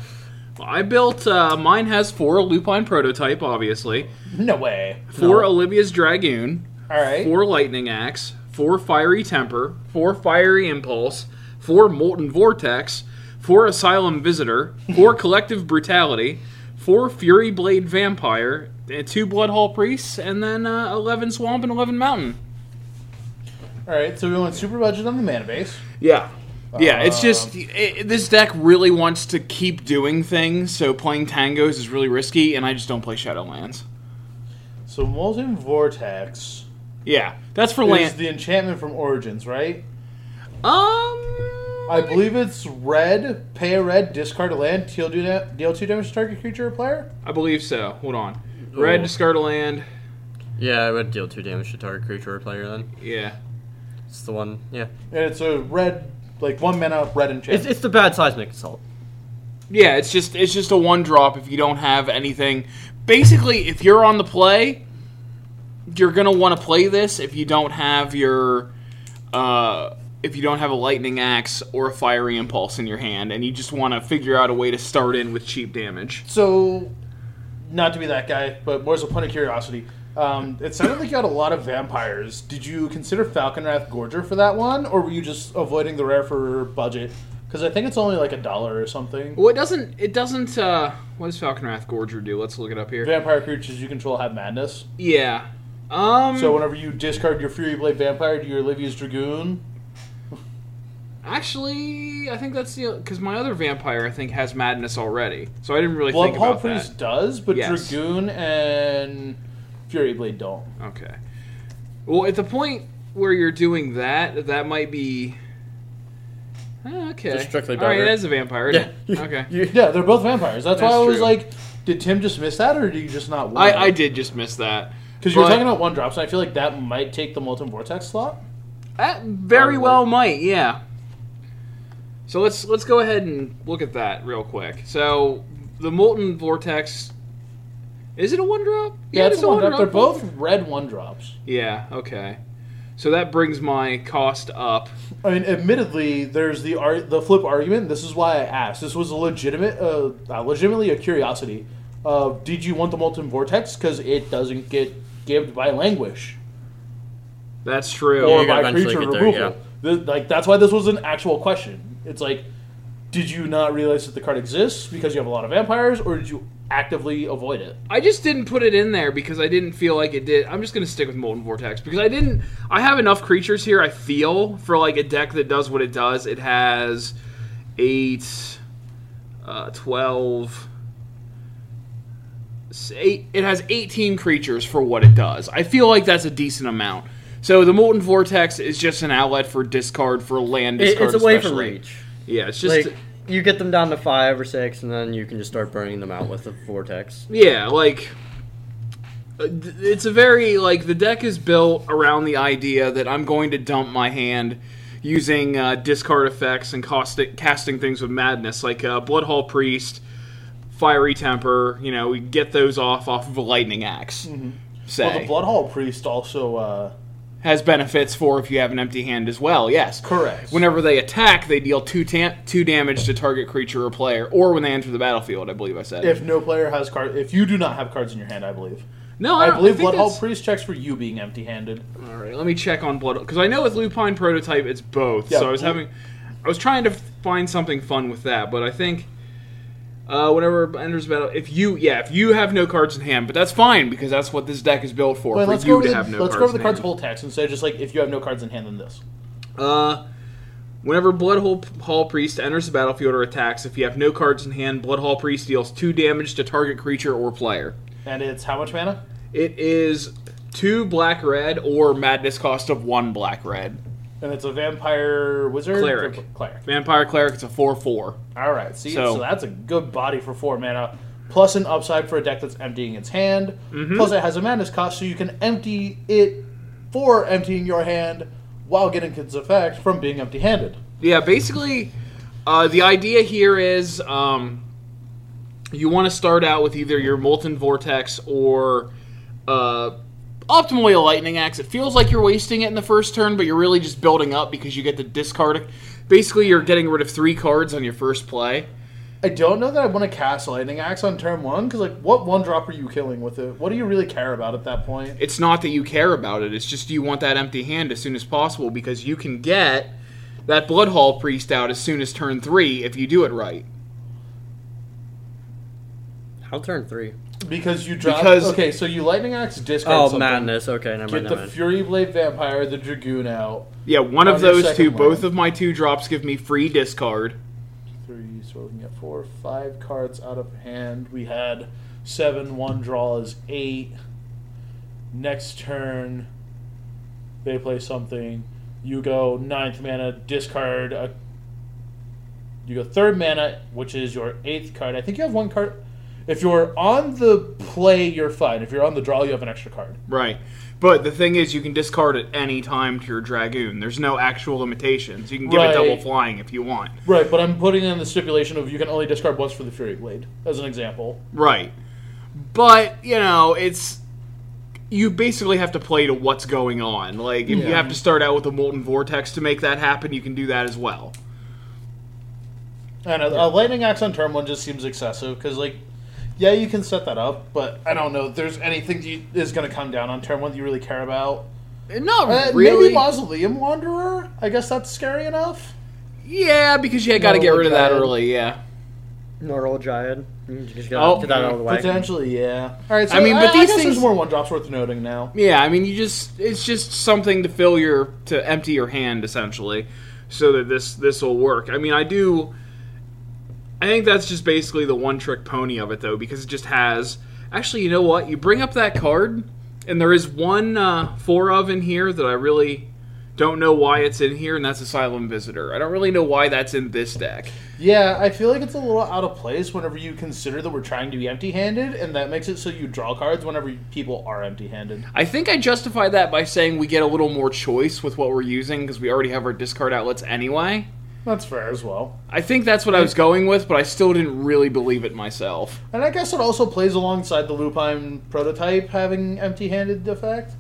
Speaker 1: Well, I built, uh, mine has four Lupine Prototype, obviously,
Speaker 3: No way.
Speaker 1: four
Speaker 2: No.
Speaker 1: Olivia's Dragoon,
Speaker 3: All right.
Speaker 1: four Lightning Axe, four Fiery Temper, four Fiery Impulse, four Molten Vortex, four Asylum Visitor, four Collective Brutality, four Fury Blade Vampire, eh, two Blood Hall Priests, and then uh, 11 Swamp and 11 Mountain.
Speaker 3: All right, so we went super budget on the mana base.
Speaker 1: Yeah. Yeah, it's just it, this deck really wants to keep doing things, so playing tangos is really risky, and I just don't play Shadowlands.
Speaker 3: So Molten Vortex
Speaker 1: Yeah, that's for
Speaker 3: is
Speaker 1: land.
Speaker 3: the enchantment from Origins, right?
Speaker 1: um,
Speaker 3: I believe it's red, pay a red, discard a land, deal two, da- deal two damage to target creature or player.
Speaker 1: I believe so. Hold on. Red,
Speaker 2: Ooh.
Speaker 3: Oh.
Speaker 1: discard a land.
Speaker 2: Yeah, I would deal two damage to target creature or player. Then
Speaker 1: Yeah.
Speaker 2: it's the one. Yeah,
Speaker 3: And it's a red, like one mana red
Speaker 2: it's,
Speaker 3: enchantment.
Speaker 2: it's the bad seismic assault.
Speaker 1: Yeah, it's just it's just a one drop if you don't have anything. Basically, if you're on the play, you're gonna want to play this if you don't have your uh, if you don't have a lightning axe or a fiery impulse in your hand, and you just want to figure out a way to start in with cheap damage.
Speaker 3: so, not to be that guy, but more as a point of curiosity. Um, it sounded like you had a lot of vampires. Did you consider Falcon Wrath Gorger for that one, or were you just avoiding the rare for budget? Because I think it's only like a dollar or something.
Speaker 1: Well, it doesn't it doesn't uh, what does Falcon Wrath Gorger do? Let's look it up here.
Speaker 3: Vampire creatures you control have madness.
Speaker 1: Yeah. Um.
Speaker 3: So whenever you discard your Fury Blade Vampire to your Olivia's Dragoon,
Speaker 1: actually, I think that's the because my other vampire I think has madness already, so I didn't really
Speaker 3: Blood
Speaker 1: think
Speaker 3: Hall
Speaker 1: about that.
Speaker 3: Priest does, but
Speaker 1: Yes.
Speaker 3: Dragoon and Fury Blade don't.
Speaker 1: Okay. Well, at the point where you're doing that, that might be. Ah, okay.
Speaker 2: Just strictly
Speaker 1: All right,
Speaker 2: better.
Speaker 1: it is a vampire. isn't it? Okay.
Speaker 3: Yeah, they're both vampires. That's, why
Speaker 1: That's
Speaker 3: I was
Speaker 1: true.
Speaker 3: like, did Tim just miss that, or did you just not?
Speaker 1: I, I did just miss that.
Speaker 3: because you were
Speaker 1: but-
Speaker 3: talking about one drops, and I feel like that might take the Molten Vortex slot.
Speaker 1: That very
Speaker 3: Probably.
Speaker 1: well might, yeah. So let's let's go ahead and look at that real quick. So the molten vortex. Is it a one drop?
Speaker 3: Yeah, it's a one drop. They're
Speaker 1: both.
Speaker 3: both red one drops.
Speaker 1: Yeah. Okay. So that brings my cost up.
Speaker 3: I mean, admittedly, there's the ar- the flip argument. This is why I asked. This was a legitimate, uh, uh, legitimately a curiosity. Uh, did you want the molten vortex? Because it doesn't get gibbed by languish
Speaker 1: That's true.
Speaker 3: or
Speaker 2: you gotta
Speaker 3: by
Speaker 2: eventually
Speaker 3: creature
Speaker 2: get
Speaker 3: removal.
Speaker 2: there,
Speaker 3: Th- like that's why this was an actual question. It's like, did you not realize that the card exists because you have a lot of vampires, or did you actively avoid it?
Speaker 1: I just didn't put it in there because I didn't feel like it did. I'm just gonna stick with Molten Vortex because I didn't. I have enough creatures here. I feel for like a deck that does what it does. It has eight, uh, twelve. s- Eight, it has 18 creatures for what it does. I feel like that's a decent amount. So the Molten Vortex is just an outlet for discard for land
Speaker 2: It,
Speaker 1: discard.
Speaker 2: it's a way for
Speaker 1: especially.
Speaker 2: reach.
Speaker 1: Yeah, it's just
Speaker 2: Like you get them down to five or six, and then you can just start burning them out with the vortex.
Speaker 1: Yeah, like uh, th- it's a very like the deck is built around the idea that I'm going to dump my hand, using uh, discard effects and caustic, casting things with madness, like uh, Blood Hall Priest, Fiery Temper. You know, we get those off off of a lightning ax Say
Speaker 3: Mm-hmm. Well, the Blood Hall Priest also. Uh,
Speaker 1: has benefits for if you have an empty hand as well. Yes,
Speaker 3: Correct.
Speaker 1: Whenever they attack, they deal two ta- two damage to target creature or player, or when they enter the battlefield. I believe I said.
Speaker 3: if no player has card, if you do not have cards in your hand, I believe.
Speaker 1: no,
Speaker 3: I
Speaker 1: don't-
Speaker 3: believe
Speaker 1: Uh, think
Speaker 3: Blood Hall
Speaker 1: that's-
Speaker 3: Priest checks for you being empty-handed.
Speaker 1: All right, let me check on blood because I know with Lupine prototype it's both.
Speaker 3: Yeah,
Speaker 1: so I was
Speaker 3: Lu-
Speaker 1: having, I was trying to find something fun with that, but I think uh, whenever enters battle, if you yeah, if you have no cards in hand, but that's fine because that's what this deck is built for.
Speaker 3: Wait,
Speaker 1: for
Speaker 3: let's
Speaker 1: you
Speaker 3: go over
Speaker 1: to
Speaker 3: the,
Speaker 1: have no
Speaker 3: let's
Speaker 1: cards
Speaker 3: go over the
Speaker 1: in
Speaker 3: card's
Speaker 1: hand.
Speaker 3: whole text instead of just like if you have no cards in hand, then this.
Speaker 1: Uh, whenever Blood Hall, Hall Priest enters the battlefield or attacks, if you have no cards in hand, Blood Hall Priest deals two damage to target creature or player.
Speaker 3: And it's how much mana?
Speaker 1: It is two black red or madness cost of one black red.
Speaker 3: And it's a vampire wizard
Speaker 1: Cleric.
Speaker 3: Cleric.
Speaker 1: Vampire Cleric, it's a four four.
Speaker 3: All right. See,
Speaker 1: So-
Speaker 3: so, that's a good body for four mana, plus an upside for a deck that's emptying its hand.
Speaker 1: Mm-hmm.
Speaker 3: Plus, it has a madness cost, so you can empty it for emptying your hand while getting its effect from being empty-handed.
Speaker 1: Yeah, basically, uh, the idea here is um, you want to start out with either your Molten Vortex or uh, optimally a Lightning Axe. It feels like you're wasting it in the first turn, but you're really just building up because you get to discard. Basically, you're getting rid of three cards on your first play.
Speaker 3: I don't know that I want to cast Lightning Axe on turn one because, like, what one drop are you killing with it? What do you really care about at that point?
Speaker 1: It's not that you care about it, it's just you want that empty hand as soon as possible because you can get that Blood Hall Priest out as soon as turn three if you do it right.
Speaker 2: I'll turn three.
Speaker 3: Because you drop.
Speaker 1: Because-
Speaker 3: okay, so you Lightning Axe discard
Speaker 2: Oh,
Speaker 3: something.
Speaker 2: madness. Okay, never mind.
Speaker 3: Get
Speaker 2: Never
Speaker 3: the
Speaker 2: mind.
Speaker 3: Fury Blade Vampire, the Dragoon out.
Speaker 1: Yeah, one of
Speaker 3: On your
Speaker 1: those
Speaker 3: Oh, second
Speaker 1: two,
Speaker 3: one.
Speaker 1: both of my two drops give me free discard.
Speaker 3: three, so we can get four, five cards out of hand. We had seven, one draw is eight. Next turn, they play something. You go ninth mana, discard. A, you go third mana, which is your eighth card. I think you have one card. If you're on the play, you're fine. If you're on the draw, you have an extra card.
Speaker 1: Right. But the thing is, you can discard at any time to your Dragoon. There's no actual limitations. You can give it
Speaker 3: Right.
Speaker 1: double flying if you want.
Speaker 3: Right, but I'm putting in the stipulation of you can only discard once for the Fury Blade, as an example.
Speaker 1: Right. But, you know, it's. You basically have to play to what's going on. Like, if you
Speaker 3: Yeah.
Speaker 1: have to start out with a Molten Vortex to make that happen, you can do that as well.
Speaker 3: And a, a lightning axe on turn one just seems excessive because, like, yeah, you can set that up, but I don't know. if There's anything that you, is going to come down on turn one that you really care about.
Speaker 1: Eh, Not
Speaker 3: Uh,
Speaker 1: really.
Speaker 3: Maybe mausoleum wanderer. I guess that's scary enough.
Speaker 1: yeah, because you got to
Speaker 3: No,
Speaker 1: get rid of that
Speaker 3: okay.
Speaker 1: early, yeah.
Speaker 2: Normal giant. You just gotta
Speaker 1: Oh,
Speaker 2: get that out of the way.
Speaker 3: Potentially, yeah. All right. So
Speaker 1: I mean, but these
Speaker 3: guess there's
Speaker 1: things-
Speaker 3: more one drops worth noting now.
Speaker 1: Yeah, I mean, you just it's just something to fill your to empty your hand essentially, so that this this will work. I mean, I do. I think that's just basically the one trick pony of it though, because it just has. Actually, you know what? You bring up that card, and there is one uh, four of in here that I really don't know why it's in here, and that's Asylum Visitor. I don't really know why that's in this deck.
Speaker 3: Yeah, I feel like it's a little out of place whenever you consider that we're trying to be empty-handed, and that makes it so you draw cards whenever you- people are empty-handed.
Speaker 1: I think I justify that by saying we get a little more choice with what we're using because we already have our discard outlets anyway.
Speaker 3: That's fair as well.
Speaker 1: I think that's what I was going with, but I still didn't really believe it myself.
Speaker 3: And I guess it also plays alongside the Lupine prototype having empty-handed effect,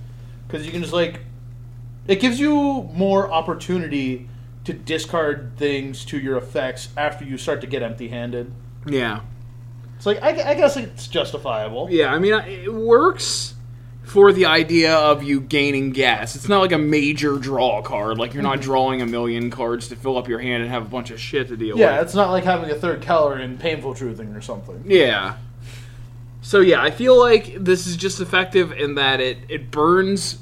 Speaker 3: because you can just like, it gives you more opportunity to discard things to your effects after you start to get empty-handed.
Speaker 1: Yeah.
Speaker 3: It's like I, I guess it's justifiable.
Speaker 1: Yeah, I mean, I- it works for the idea of you gaining gas. It's not like a major draw card. Like, you're not drawing a million cards to fill up your hand and have a bunch of shit to deal
Speaker 3: Yeah,
Speaker 1: with.
Speaker 3: it's not like having a third color in painful truthing or something.
Speaker 1: Yeah. So, yeah, I feel like this is just effective in that it, it burns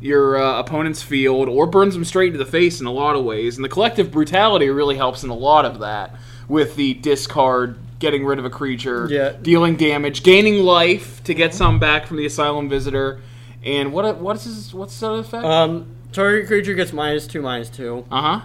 Speaker 1: your uh, opponent's field or burns them straight into the face in a lot of ways. And the collective brutality really helps in a lot of that with the discard, getting rid of a creature,
Speaker 2: Yeah.
Speaker 1: dealing damage, gaining life to get some back from the asylum visitor. And what what's his what's that effect? Uh-huh. Uh
Speaker 2: Um, target creature gets minus two, minus two.
Speaker 1: huh.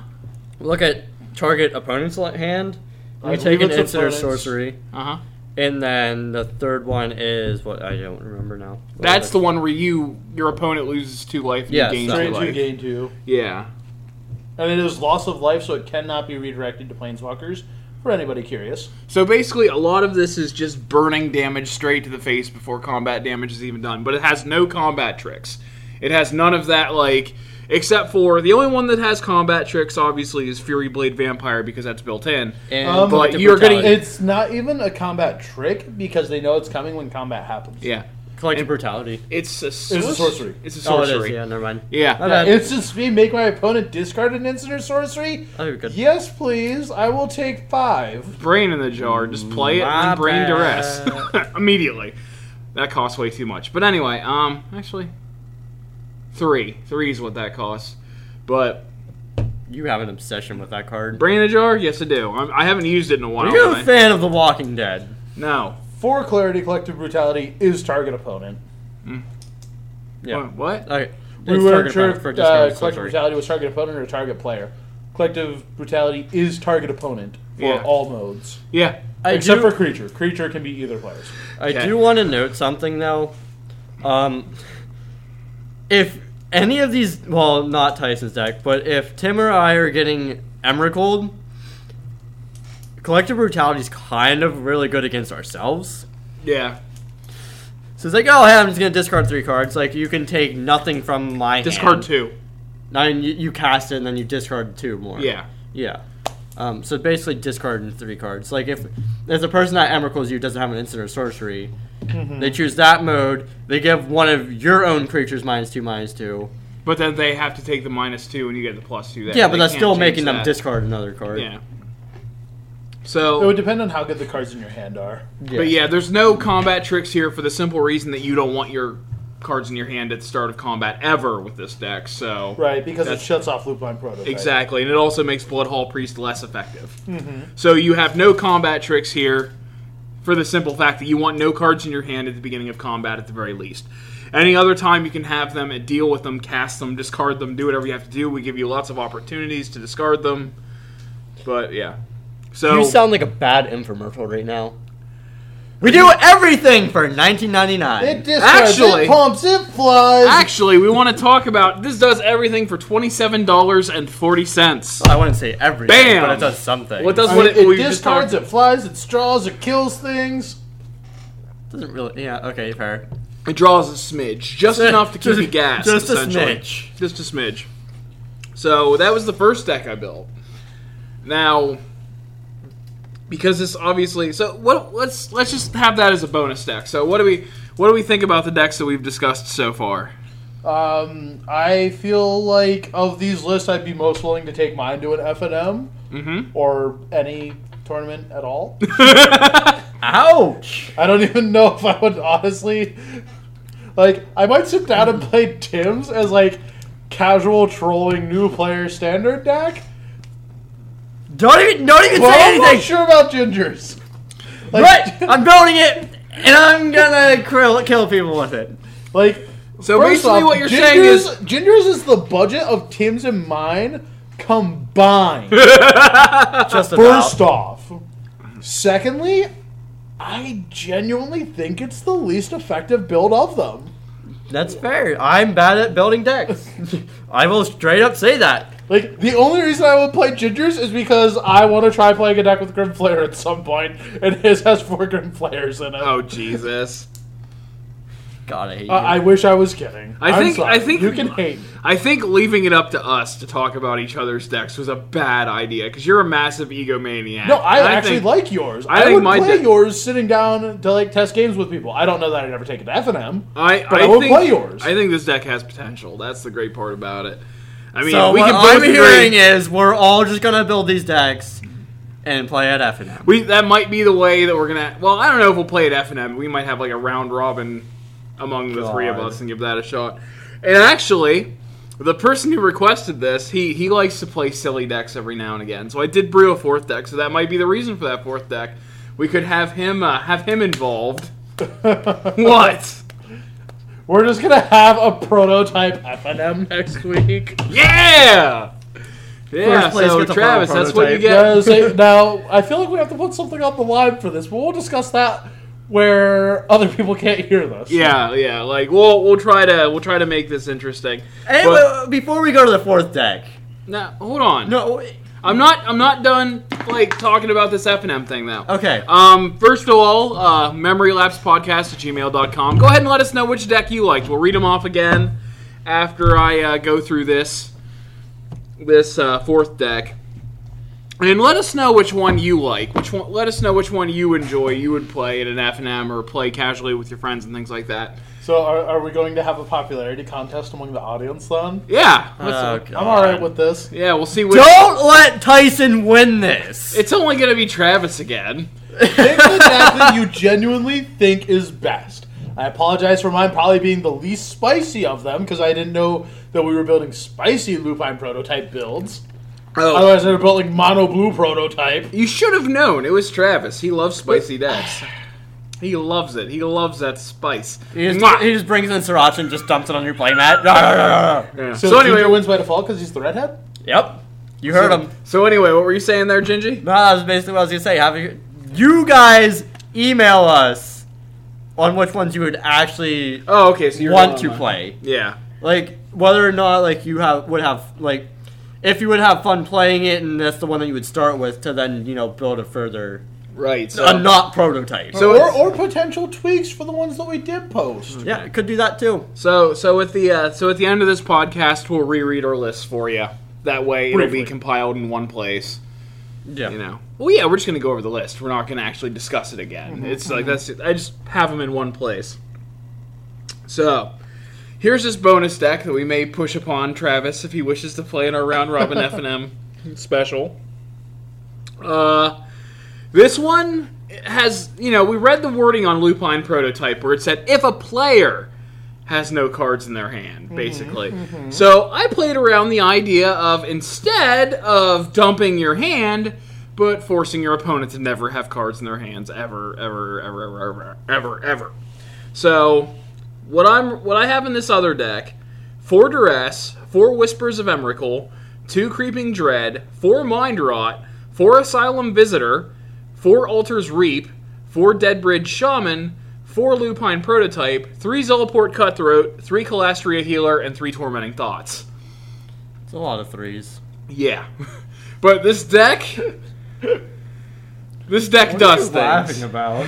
Speaker 2: Look at target opponent's li- hand.
Speaker 3: I
Speaker 2: You take an
Speaker 3: believe it's
Speaker 2: instant or
Speaker 3: opponent's-
Speaker 2: sorcery,
Speaker 1: Uh huh.
Speaker 2: and then the third one is what I don't remember now.
Speaker 1: That's the one where you your opponent loses two life and
Speaker 2: Yeah,
Speaker 1: you gain
Speaker 2: so-
Speaker 1: two
Speaker 3: Drain two,
Speaker 1: life.
Speaker 3: gain two.
Speaker 1: Yeah.
Speaker 3: and it is loss of life, so it cannot be redirected to planeswalkers. For anybody curious,
Speaker 1: So basically, a lot of this is just burning damage straight to the face before combat damage is even done. But it has no combat tricks. It has none of that, like, except for the only one that has combat tricks, obviously, is Fury Blade Vampire because that's built in.
Speaker 2: And
Speaker 3: Um,
Speaker 1: but
Speaker 2: collective
Speaker 1: you're getting-
Speaker 2: brutality.
Speaker 3: it's not even a combat trick because they know it's coming when combat happens.
Speaker 1: yeah.
Speaker 2: collective brutality.
Speaker 1: It's a, sorc-
Speaker 3: It's a sorcery.
Speaker 1: It's a
Speaker 2: Oh, it
Speaker 1: sorcery.
Speaker 2: is. Yeah, never mind.
Speaker 1: Yeah.
Speaker 2: My
Speaker 3: Yeah,
Speaker 2: bad.
Speaker 3: instant speed, make my opponent discard an instant or sorcery.
Speaker 2: Oh, you're good.
Speaker 3: Yes, please. I will take five.
Speaker 1: brain in the jar. Just play it
Speaker 2: My
Speaker 1: and brain to
Speaker 2: bad.
Speaker 1: rest immediately. That costs way too much. But anyway, um, actually, three, three is what that costs. But
Speaker 2: You have an obsession with that card.
Speaker 1: brain in a jar, yes, I do. I'm, I haven't used it in a while.
Speaker 2: Are you
Speaker 1: but I-
Speaker 2: a fan of The Walking Dead?
Speaker 1: No.
Speaker 3: For clarity, collective brutality is target opponent.
Speaker 2: Yeah.
Speaker 1: What? what?
Speaker 2: Okay.
Speaker 3: We
Speaker 2: It's
Speaker 3: weren't
Speaker 2: targeted
Speaker 3: sure
Speaker 2: by-
Speaker 3: if
Speaker 2: for
Speaker 3: uh,
Speaker 2: discard,
Speaker 3: collective
Speaker 2: sorry.
Speaker 3: brutality was target opponent or target player. Collective brutality is target opponent for
Speaker 1: Yeah.
Speaker 3: all modes.
Speaker 1: Yeah.
Speaker 2: I
Speaker 3: Except
Speaker 2: do,
Speaker 3: for creature. Creature can be either players.
Speaker 2: I
Speaker 1: Okay.
Speaker 2: do want to note something though. Um, if any of these, well, not Tyson's deck, but if Tim or I are getting Emrakul, collective brutality is kind of really good against ourselves.
Speaker 1: Yeah.
Speaker 2: So it's like, oh, hey, I'm just gonna discard three cards. Like you can take nothing from my
Speaker 1: Discard
Speaker 2: hand.
Speaker 1: two.
Speaker 2: Nine, you, you cast it and then you discard two more.
Speaker 1: Yeah.
Speaker 2: Yeah. Um, so basically, discarding three cards. Like if if the person that Emrakul's you doesn't have an instant or sorcery,
Speaker 1: Mm-hmm.
Speaker 2: they choose that mode. They give one of your own creatures minus two, minus two.
Speaker 1: But then they have to take the minus two and you get the plus two there.
Speaker 2: yeah, but
Speaker 1: They
Speaker 2: that's
Speaker 1: can't
Speaker 2: still
Speaker 1: change
Speaker 2: making them
Speaker 1: that.
Speaker 2: discard another card.
Speaker 1: Yeah.
Speaker 3: It
Speaker 1: So
Speaker 3: would depend on how good the cards in your hand are.
Speaker 1: But yeah, there's no combat tricks here for the simple reason that you don't want your cards in your hand at the start of combat ever with this deck. So
Speaker 3: Right, because
Speaker 1: That's-
Speaker 3: it shuts off Lupine Prototype.
Speaker 1: exactly, and it also makes Blood Hall Priest less effective. So you have no combat tricks here for the simple fact that you want no cards in your hand at the beginning of combat at the very least. Any other time you can have them and deal with them, cast them, discard them, do whatever you have to do. We give you lots of opportunities to discard them. But yeah. So
Speaker 2: You sound like a bad infomercial right now. We do everything for 19.99.
Speaker 3: It discards,
Speaker 1: Actually-
Speaker 3: it pumps, it flies.
Speaker 1: Actually, we want to talk about this. Does everything for twenty seven dollars and forty cents?
Speaker 2: I wouldn't say everything,
Speaker 1: Bam!
Speaker 2: but it does something.
Speaker 1: Well, it does
Speaker 3: I
Speaker 1: what
Speaker 3: mean,
Speaker 1: it,
Speaker 3: it
Speaker 1: we just
Speaker 3: discards,
Speaker 1: talked-
Speaker 3: it flies, it straws, it kills things.
Speaker 2: Doesn't really. Yeah. Okay. Fair.
Speaker 1: It draws a smidge, just enough to keep you gassed.
Speaker 2: Just a
Speaker 1: essentially.
Speaker 2: smidge.
Speaker 1: Just a smidge. So that was the first deck I built. Now, because this obviously, so what? Let's let's just have that as a bonus deck. So what do we what do we think about the decks that we've discussed so far?
Speaker 3: Um, I feel like of these lists, I'd be most willing to take mine to an F and M
Speaker 1: Mm-hmm.
Speaker 3: or any tournament at all.
Speaker 2: Ouch.
Speaker 3: I don't even know if I would honestly like. I might sit down and play Tim's as like casual trolling new player standard deck.
Speaker 2: Don't even. Don't even
Speaker 3: But
Speaker 2: say
Speaker 3: I'm
Speaker 2: anything.
Speaker 3: not sure about gingers.
Speaker 2: But I'm building it, and I'm gonna kill, kill people with it.
Speaker 3: Like,
Speaker 1: So
Speaker 3: first
Speaker 1: basically,
Speaker 3: off,
Speaker 1: what you're
Speaker 3: Ginger's,
Speaker 1: saying is
Speaker 3: Ginger's is the budget of Tim's and mine combined.
Speaker 2: Just
Speaker 3: First off, secondly, I genuinely think it's the least effective build of them.
Speaker 2: That's fair. I'm bad at building decks. I will straight up say that.
Speaker 3: Like the only reason I would play Gingers is because I want to try playing a deck with Grim Flare at some point, and his has four Grim Flares in it.
Speaker 1: oh Jesus.
Speaker 2: God, I hate
Speaker 3: I, I
Speaker 2: you.
Speaker 3: wish I was kidding.
Speaker 1: I
Speaker 3: I'm
Speaker 1: think-
Speaker 3: sorry.
Speaker 1: I think-
Speaker 3: you can hate. me.
Speaker 1: I think leaving it up to us to talk about each other's decks was a bad idea because you're a massive egomaniac.
Speaker 3: No, I,
Speaker 1: And
Speaker 3: actually
Speaker 1: think-
Speaker 3: like yours.
Speaker 1: I
Speaker 3: I,
Speaker 1: think
Speaker 3: would
Speaker 1: my
Speaker 3: play
Speaker 1: deck-
Speaker 3: yours sitting down to like test games with people. I don't know that I'd ever take an F and M.
Speaker 1: I,
Speaker 3: but
Speaker 1: I
Speaker 3: I will
Speaker 1: think,
Speaker 3: play yours.
Speaker 1: I think this deck has potential. That's the great part about it. I mean,
Speaker 2: so
Speaker 1: we
Speaker 2: what
Speaker 1: can both
Speaker 2: I'm
Speaker 1: agree-
Speaker 2: hearing is we're all just gonna build these decks and play at F and M.
Speaker 1: we that might be the way that we're gonna. Well, I don't know if we'll play at F and M. We might have like a round robin among the three of
Speaker 2: God.
Speaker 1: us and give that a shot. And actually, the person who requested this, he he likes to play silly decks every now and again. So I did brew a fourth deck, so that might be the reason for that fourth deck. We could have him uh, have him involved. what?
Speaker 3: We're just gonna have a prototype F and M next week.
Speaker 1: Yeah. Yeah,
Speaker 2: First place
Speaker 1: so
Speaker 2: gets a
Speaker 1: Travis,
Speaker 2: proper
Speaker 1: that's what you
Speaker 2: prototype.
Speaker 1: get.
Speaker 3: Yeah, so now I feel like we have to put something on the line for this, but we'll discuss that where other people can't hear this.
Speaker 1: Yeah, yeah. Like we'll we'll try to we'll try to make this interesting.
Speaker 2: Anyway,
Speaker 1: But-
Speaker 2: before we go to the fourth deck,
Speaker 1: Now, hold on.
Speaker 2: No.
Speaker 1: I'm not. I'm not done like talking about this F and M thing though.
Speaker 2: Okay.
Speaker 1: Um, first of all, uh, memorylapsepodcast at gmail.com. Go ahead and let us know which deck you liked. We'll read them off again after I uh, go through this this uh, fourth deck, and let us know which one you like. Which one? Let us know which one you enjoy. You would play at an F and M or play casually with your friends and things like that.
Speaker 3: So are, are we going to have a popularity contest among the audience then?
Speaker 1: Yeah.
Speaker 2: Oh,
Speaker 1: let's-
Speaker 2: God.
Speaker 3: I'm all right with this.
Speaker 1: yeah. We'll see. Which,
Speaker 2: Don't let Tyson win this.
Speaker 1: It's only gonna be Travis again.
Speaker 3: Pick the deck that you genuinely think is best. I apologize for mine probably being the least spicy of them because I didn't know that we were building spicy lupine prototype builds.
Speaker 1: Oh.
Speaker 3: Otherwise, I would have built like mono blue prototype.
Speaker 1: You should have known. It was Travis. He loves spicy decks. He loves it. He loves that spice.
Speaker 2: he,
Speaker 1: Mwah!
Speaker 2: just, he just brings in sriracha and just dumps it on your playmat.
Speaker 1: Yeah.
Speaker 3: So,
Speaker 1: So
Speaker 3: Ginger
Speaker 1: anyway,
Speaker 3: wins by default because he's the redhead.
Speaker 2: yep. You heard him.
Speaker 1: so anyway, what were you saying there, Gingy?
Speaker 2: No, that was basically what I was gonna say. Have you, you guys email us on which ones you would actually
Speaker 1: Oh, okay. So you
Speaker 2: want to play,
Speaker 1: Yeah.
Speaker 2: like whether or not like you have would have like if you would have fun playing it, and that's the one that you would start with to then you know build a further
Speaker 1: Right. So
Speaker 2: a not prototype.
Speaker 1: So
Speaker 3: or,
Speaker 1: it's-
Speaker 3: or potential tweaks for the ones that we did post.
Speaker 2: yeah, could do that too.
Speaker 1: so so at the uh, so at the end of this podcast, we'll reread our list for you. That way, it'll
Speaker 2: Briefly.
Speaker 1: be compiled in one place.
Speaker 2: Yeah.
Speaker 1: You know. Well, yeah, we're just gonna go over the list. We're not gonna actually discuss it again. It's like that's. I just have them in one place. So, here's this bonus deck that we may push upon Travis if he wishes to play in our round robin F and M special. Uh, this one has you know we read the wording on Lupine Prototype where it said if a player has no cards in their hand, basically. So I played around the idea of instead of dumping your hand, but forcing your opponent to never have cards in their hands ever, ever, ever, ever, ever, ever, ever. So what I'm what I have in this other deck: four duress, four whispers of Emrakul, two creeping dread, four mind rot, four asylum visitor, four altars reap, four dead bridge shaman, four lupine prototype, three Zeliport cutthroat, three Calastria healer, and three tormenting thoughts.
Speaker 2: It's a lot of threes.
Speaker 1: Yeah, but this deck, this deck does things.
Speaker 2: about?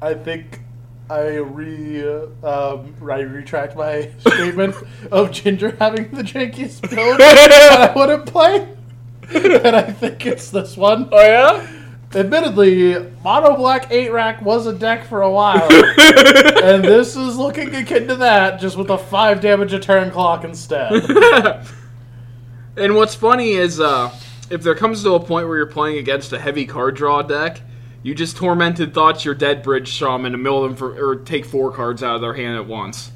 Speaker 3: I think I re uh, um, I retract my statement of Ginger having the jankiest build that I wouldn't play. And I think it's this one.
Speaker 1: Oh yeah.
Speaker 3: Admittedly, Mono Black 8 Rack was a deck for a while. and this is looking akin to that, just with a 5 damage a turn clock instead.
Speaker 1: And what's funny is uh, if there comes to a point where you're playing against a heavy card draw deck, you just tormented thoughts your dead bridge shaman and mill them for or take four cards out of their hand at once.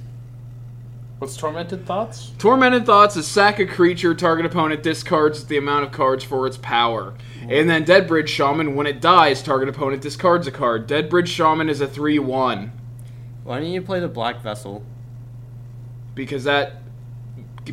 Speaker 3: What's Tormented Thoughts?
Speaker 1: Tormented Thoughts is sack a creature, target opponent discards the amount of cards for its power. And then Dead Bridge Shaman, when it dies, target opponent discards a card. Dead Bridge Shaman is a 3 1.
Speaker 2: Why don't you play the black vessel?
Speaker 1: Because that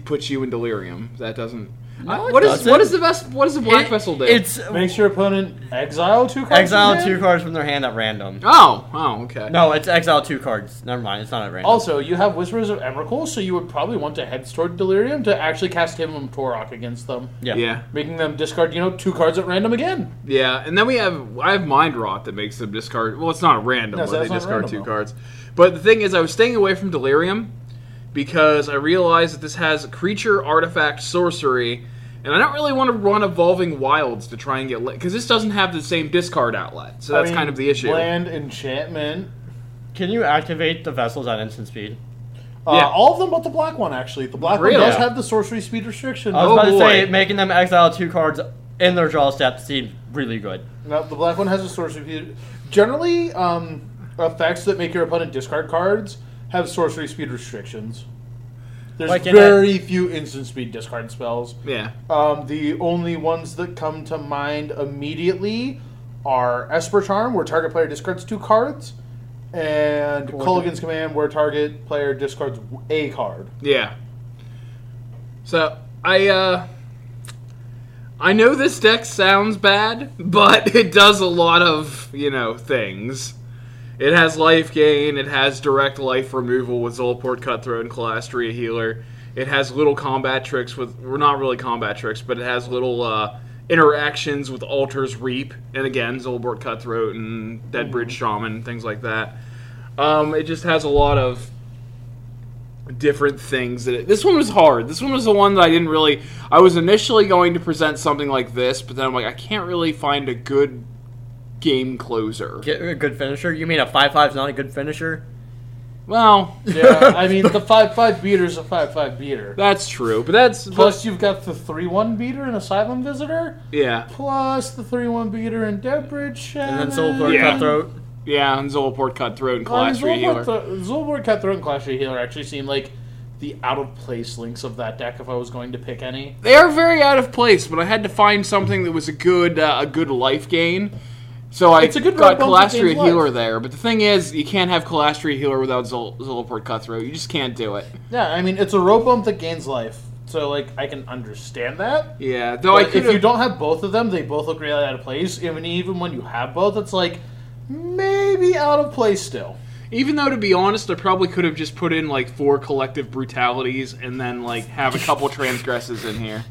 Speaker 1: puts you in delirium. That doesn't.
Speaker 2: No, it
Speaker 1: what is
Speaker 2: doesn't.
Speaker 1: what is the best what is the black
Speaker 2: It-
Speaker 1: vessel do?
Speaker 2: It's
Speaker 3: Makes your opponent exile two cards.
Speaker 2: exile
Speaker 3: from
Speaker 2: two
Speaker 3: hand?
Speaker 2: cards from their hand at random.
Speaker 1: Oh, oh, okay.
Speaker 2: No, it's exile two cards. Never mind, it's not at random.
Speaker 3: Also, you have Whispers of Emrakul, so you would probably want to head toward Delirium to actually cast him and Torok against them,
Speaker 2: yeah.
Speaker 1: Yeah.
Speaker 3: making them discard, you know, two cards at random again.
Speaker 1: Yeah, and then we have I have mind rot that makes them discard. Well, it's not random,
Speaker 3: No,
Speaker 1: but
Speaker 3: so
Speaker 1: they
Speaker 3: that's not
Speaker 1: discard
Speaker 3: random,
Speaker 1: two
Speaker 3: though.
Speaker 1: cards. But the thing is, I was staying away from delirium because I realized that this has creature, artifact, sorcery, and I don't really want to run evolving wilds to try and get lit because this doesn't have the same discard outlet. So that's
Speaker 3: I mean,
Speaker 1: kind of the issue.
Speaker 3: Land enchantment.
Speaker 2: Can you activate the vessels at instant speed?
Speaker 3: Uh,
Speaker 1: Yeah.
Speaker 3: All of them but the black one, actually. The black
Speaker 1: Really?
Speaker 3: one does have the sorcery speed restriction.
Speaker 2: I was
Speaker 1: Oh,
Speaker 2: about to say
Speaker 1: boy.
Speaker 2: making them exile two cards in their draw step seemed really good.
Speaker 3: No, the black one has a sorcery speed. Generally, um, effects that make your opponent discard cards have sorcery speed restrictions. There's
Speaker 2: Like in
Speaker 3: very few instant speed discard spells.
Speaker 1: Yeah.
Speaker 3: Um, the only ones that come to mind immediately are Esper Charm, where target player discards two cards, and Culligan's Command, where target player discards a card.
Speaker 1: Yeah. So I uh I know this deck sounds bad, but it does a lot of, you know, things. It has life gain, it has direct life removal with Zolport Cutthroat and Calastria Healer. It has little combat tricks with, we're not really combat tricks, but it has little uh, interactions with Alter's Reap, and again, Zolbort Cutthroat and Dead Bridge Shaman, things like that. Um, it just has a lot of different things that it, this one was hard this one was the one that i didn't really i was initially going to present something like this but then i'm like i can't really find a good game closer
Speaker 2: Get a good finisher. You mean a five five's not a good finisher?
Speaker 1: well
Speaker 3: Yeah, I mean the five five beater is a five five beater.
Speaker 1: that's true but that's
Speaker 3: Plus you've got the three one beater and Asylum Visitor.
Speaker 1: yeah
Speaker 3: Plus the three one beater and Deadbridge
Speaker 2: And
Speaker 3: Shaman.
Speaker 2: then Soulbird
Speaker 1: Yeah.
Speaker 2: Cutthroat.
Speaker 1: yeah and zolport cutthroat and
Speaker 3: I mean,
Speaker 1: clash Tree
Speaker 3: Zolbort,
Speaker 1: healer
Speaker 3: Zolbort Cutthroat and Clash of Healer actually seem like the out of place links of that deck if I was going to pick any.
Speaker 1: they are very out of place but i had to find something that was a good uh, a good life gain so I
Speaker 3: It's a good
Speaker 1: got
Speaker 3: road bump that
Speaker 1: Calastria
Speaker 3: gains life.
Speaker 1: Healer there, but the thing is, you can't have Calastria Healer without Zol- Zoloport Cutthroat. You just can't do it.
Speaker 3: Yeah, I mean it's a rope bump that gains life. So like I can understand that.
Speaker 1: Yeah, though I
Speaker 3: But
Speaker 1: could
Speaker 3: if you don't have both of them, they both look really out of place. Even even when you have both, it's like maybe out of place still.
Speaker 1: Even though, to be honest, I probably could have just put in like four collective brutalities and then like have a couple transgresses in here.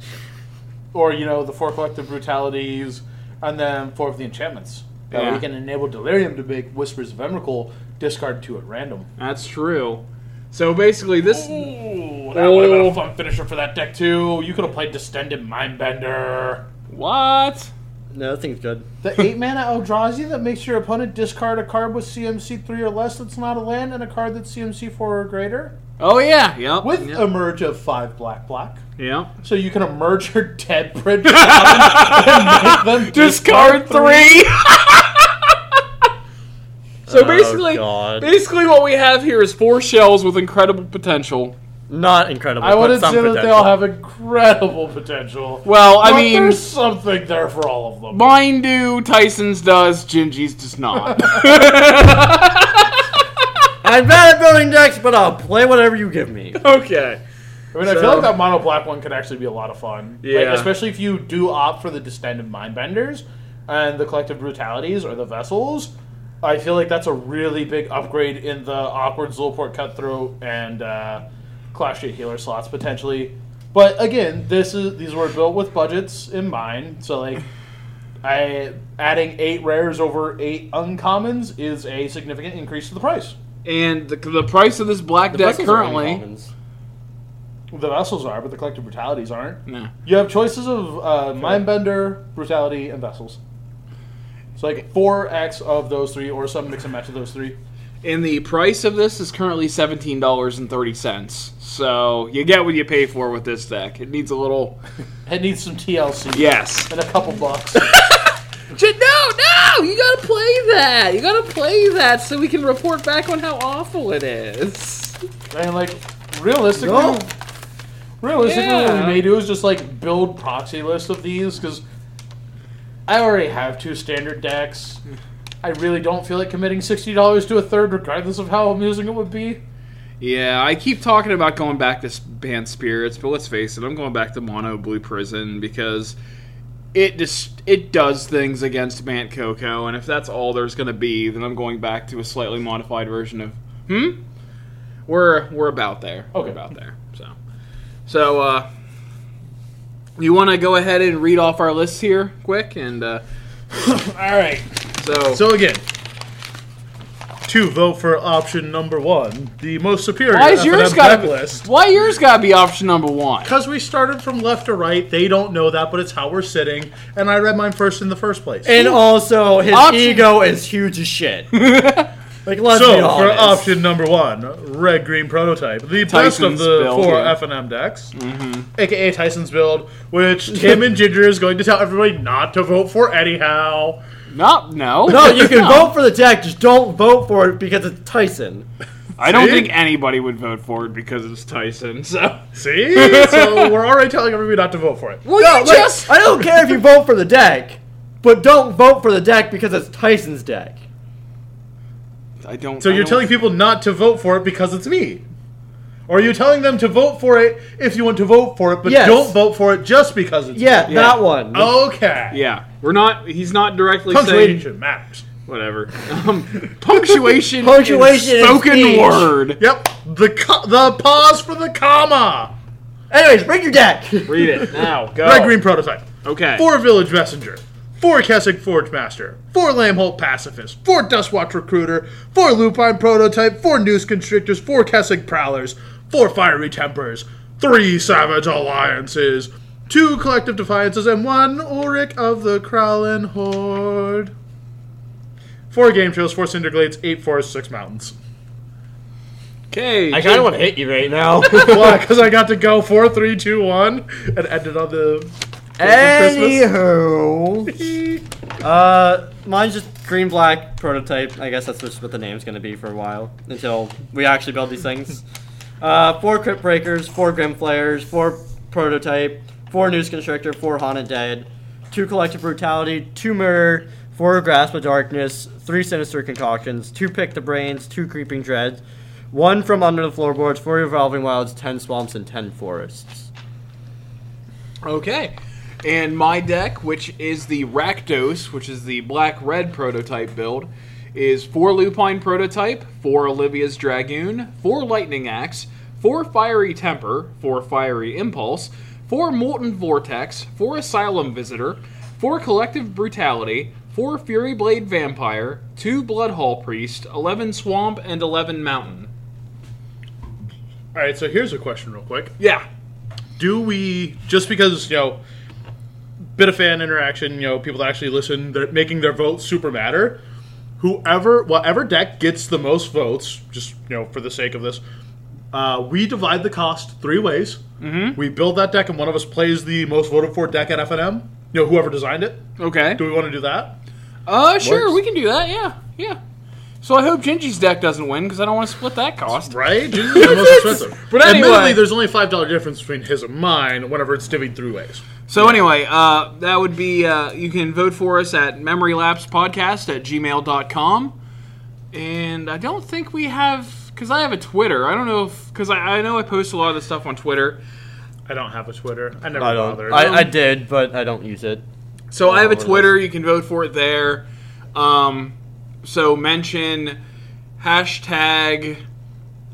Speaker 3: Or you know the four collective brutalities, and then four of the enchantments. That
Speaker 1: Yeah.
Speaker 3: we can enable Delirium to make Whispers of Emrakul discard two at random.
Speaker 1: That's true. So basically, this
Speaker 3: Ooh, that would have been a fun finisher for that deck too. You could have played Distended Mindbender.
Speaker 1: what?
Speaker 2: No, that thing's good.
Speaker 3: The eight mana Eldrazi that makes your opponent discard a card with CMC three or less that's not a land, and a card that's CMC four or greater.
Speaker 1: Oh yeah, yep.
Speaker 3: With
Speaker 1: yep.
Speaker 3: a merge of five black black.
Speaker 1: yep.
Speaker 3: So you can emerge your dead bridge and make them
Speaker 1: discard three. so
Speaker 2: Oh,
Speaker 1: basically,
Speaker 2: God.
Speaker 1: basically what we have here is four shells with incredible potential.
Speaker 2: Not incredible.
Speaker 3: I would
Speaker 2: but some
Speaker 3: assume that they
Speaker 2: potential.
Speaker 3: all have incredible potential.
Speaker 1: Well, I
Speaker 3: But
Speaker 1: mean,
Speaker 3: there's something there for all of them.
Speaker 1: mine do, Tyson's does, Gingy's does not.
Speaker 2: I'm bad at building decks, but I'll play whatever you give me.
Speaker 1: okay.
Speaker 3: I mean, I feel like that mono black one could actually be a lot of fun. Like,
Speaker 1: Yeah.
Speaker 3: especially if you do opt for the distended mindbenders and the collective brutalities or the vessels. I feel like that's a really big upgrade in the awkward Zulport cutthroat and uh, Clash of healer slots potentially. But again, this is these were built with budgets in mind, so like. I, adding eight rares over eight uncommons is a significant increase to the price.
Speaker 1: And the, the price of this black
Speaker 2: That's
Speaker 1: deck currently.
Speaker 3: The vessels are, but the collective brutalities aren't.
Speaker 1: Nah.
Speaker 3: You have choices of uh, Mindbender, Brutality, and Vessels. So like four X of those three, or some mix and match of those three.
Speaker 1: And the price of this is currently seventeen dollars and thirty cents. So you get what you pay for with this deck. It needs a little
Speaker 3: It needs some TLC
Speaker 1: yes.
Speaker 3: and a couple bucks.
Speaker 1: No, no, you gotta play that. You gotta play that so we can report back on how awful it is.
Speaker 3: and like realistically,
Speaker 2: No.
Speaker 3: realistically, what
Speaker 1: Yeah.
Speaker 3: we may do is just like build proxy lists of these because I already have two standard decks. I really don't feel like committing sixty dollars to a third, regardless of how amusing it would be.
Speaker 1: Yeah, I keep talking about going back to s- banned spirits, but let's face it, I'm going back to mono blue prison because it just it does things against Mant Coco, and if that's all there's gonna be, then I'm going back to a slightly modified version of hmm. We're we're about there. We're
Speaker 3: Okay.
Speaker 1: about there. So so uh, you want to go ahead and read off our lists here, quick, and uh,
Speaker 3: All right.
Speaker 1: so,
Speaker 4: So again, to vote for option number one, the most superior
Speaker 1: why
Speaker 3: uh,
Speaker 1: is
Speaker 4: FNM
Speaker 1: yours
Speaker 4: deck
Speaker 1: got
Speaker 4: list.
Speaker 1: why yours got to be option number one?
Speaker 4: Because we started from left to right, they don't know that, but it's how we're sitting. And I read mine first in the first place.
Speaker 2: And also, his
Speaker 1: Option-
Speaker 2: ego is huge as shit. like, let's be
Speaker 4: so for
Speaker 2: honest.
Speaker 4: option number one, red green prototype, the best of
Speaker 1: Tyson's
Speaker 4: the
Speaker 1: build,
Speaker 4: four
Speaker 1: yeah. Mm-hmm.
Speaker 4: F and M decks, aka Tyson's build, which Tim and Ginger is going to tell everybody not to vote for anyhow.
Speaker 1: Not no
Speaker 2: No, you can vote for the deck, just don't vote for it because it's Tyson.
Speaker 1: I don't
Speaker 4: See?
Speaker 1: think anybody would vote for it because it's Tyson. So
Speaker 4: See, so we're already telling everybody not to vote for it.
Speaker 1: well,
Speaker 2: No, like, I don't care if you vote for the deck, but don't vote for the deck because it's Tyson's deck.
Speaker 1: I don't.
Speaker 4: So
Speaker 1: I
Speaker 4: you're
Speaker 1: don't-
Speaker 4: telling people not to vote for it because it's me. Or are you telling them to vote for it if you want to vote for it, but
Speaker 2: Yes.
Speaker 4: don't vote for it just because it's
Speaker 2: Yeah, Oh.
Speaker 4: me?
Speaker 2: that one.
Speaker 4: Okay.
Speaker 1: Yeah, we're not. He's not directly saying
Speaker 4: Punctuation matters.
Speaker 1: whatever. Um, punctuation.
Speaker 2: Punctuation
Speaker 1: is
Speaker 2: and
Speaker 1: spoken
Speaker 2: speech.
Speaker 1: word.
Speaker 4: Yep. The co- the pause for the comma.
Speaker 2: Anyways, bring your deck.
Speaker 1: Read it now. Go.
Speaker 3: Red Green Prototype.
Speaker 1: Okay.
Speaker 3: Four Village Messenger. Four Keswick Forge Master. Four Lamholt Pacifist. Four Dustwatch Recruiter. Four Lupine Prototype. Four Noose Constrictors. Four Keswick Prowlers. Four Fiery Tempers. Three Savage Alliances. Two Collective Defiances. And one Ulrich of the Kralin Horde. Four game shows, four Cinder Glades, eight forests, six mountains.
Speaker 1: Okay.
Speaker 2: I kind of want to hit you right now.
Speaker 3: Why? Because I got to go four, three, two, one, and ended on the
Speaker 2: Anywho, uh, mine's just green black prototype. I guess that's just what the name's gonna be for a while until we actually build these things. Uh, four crypt breakers, four grim flares, four prototype, four news constrictor, four haunted dead, two collective brutality, two mirror, four grasp of darkness, three sinister concoctions, two pick the brains, two creeping dreads, one from under the floorboards, four revolving wilds, ten swamps, and ten forests.
Speaker 1: Okay. And my deck, which is the Rakdos, which is the black red prototype build, is four Lupine prototype, four Olivia's Dragoon, four Lightning Axe, four Fiery Temper, four Fiery Impulse, four Molten Vortex, four Asylum Visitor, four Collective Brutality, four Fury Blade Vampire, two Blood Hall Priest, eleven Swamp, and eleven Mountain.
Speaker 3: All right, so here's a question, real quick.
Speaker 1: Yeah.
Speaker 3: do we just because you know bit of fan interaction you know people that actually listen they're making their votes super matter whoever whatever deck gets the most votes just you know for the sake of this uh, we divide the cost three ways mm-hmm. we build that deck and one of us plays the most voted for deck at fnm you know whoever designed it
Speaker 1: Okay.
Speaker 3: do we want to do that
Speaker 1: Uh, sure,
Speaker 3: Works.
Speaker 1: we can do that. Yeah, yeah. So I hope Genji's deck doesn't win because I don't want to split that cost.
Speaker 3: right Jesus, it's the most expensive
Speaker 1: But anyway-
Speaker 3: admittedly there's only five dollar difference between his and mine whenever it's divvied three ways
Speaker 1: So anyway, uh, that would be uh, you can vote for us at memorylapsepodcast at gmail.com. And I don't think we have because I have a Twitter. I don't know if because I, I know I post a lot of this stuff on Twitter.
Speaker 3: i don't have a twitter i never
Speaker 2: I
Speaker 3: bothered
Speaker 2: don't. I, I did, but I don't use it.
Speaker 1: So I have a
Speaker 3: Oh,
Speaker 2: what
Speaker 1: Twitter. You can vote for it there. Um, so mention hashtag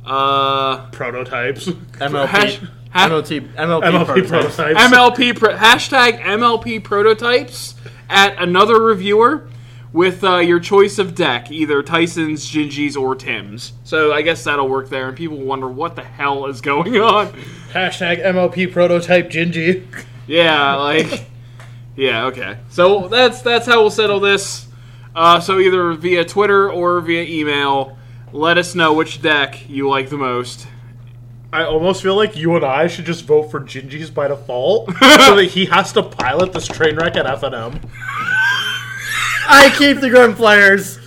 Speaker 1: uh,
Speaker 3: prototypes
Speaker 2: MLP,
Speaker 1: hash, ha-
Speaker 2: MLT, MLP,
Speaker 3: mlp
Speaker 2: prototype.
Speaker 3: prototypes
Speaker 1: MLP pro- hashtag MLP prototypes at another reviewer with uh, your choice of deck, either Tyson's, Gingy's, or Tim's. So I guess that'll work there, and people wonder what the hell is going on.
Speaker 3: Hashtag MLP prototype Gingy.
Speaker 1: Yeah, like, yeah, okay. So that's that's how we'll settle this. Uh, so either via Twitter or via email, let us know which deck you like the most.
Speaker 3: I almost feel like you and I should just vote for Gingy's by default so that he has to pilot this train wreck at FNM.
Speaker 2: I keep the grim flares.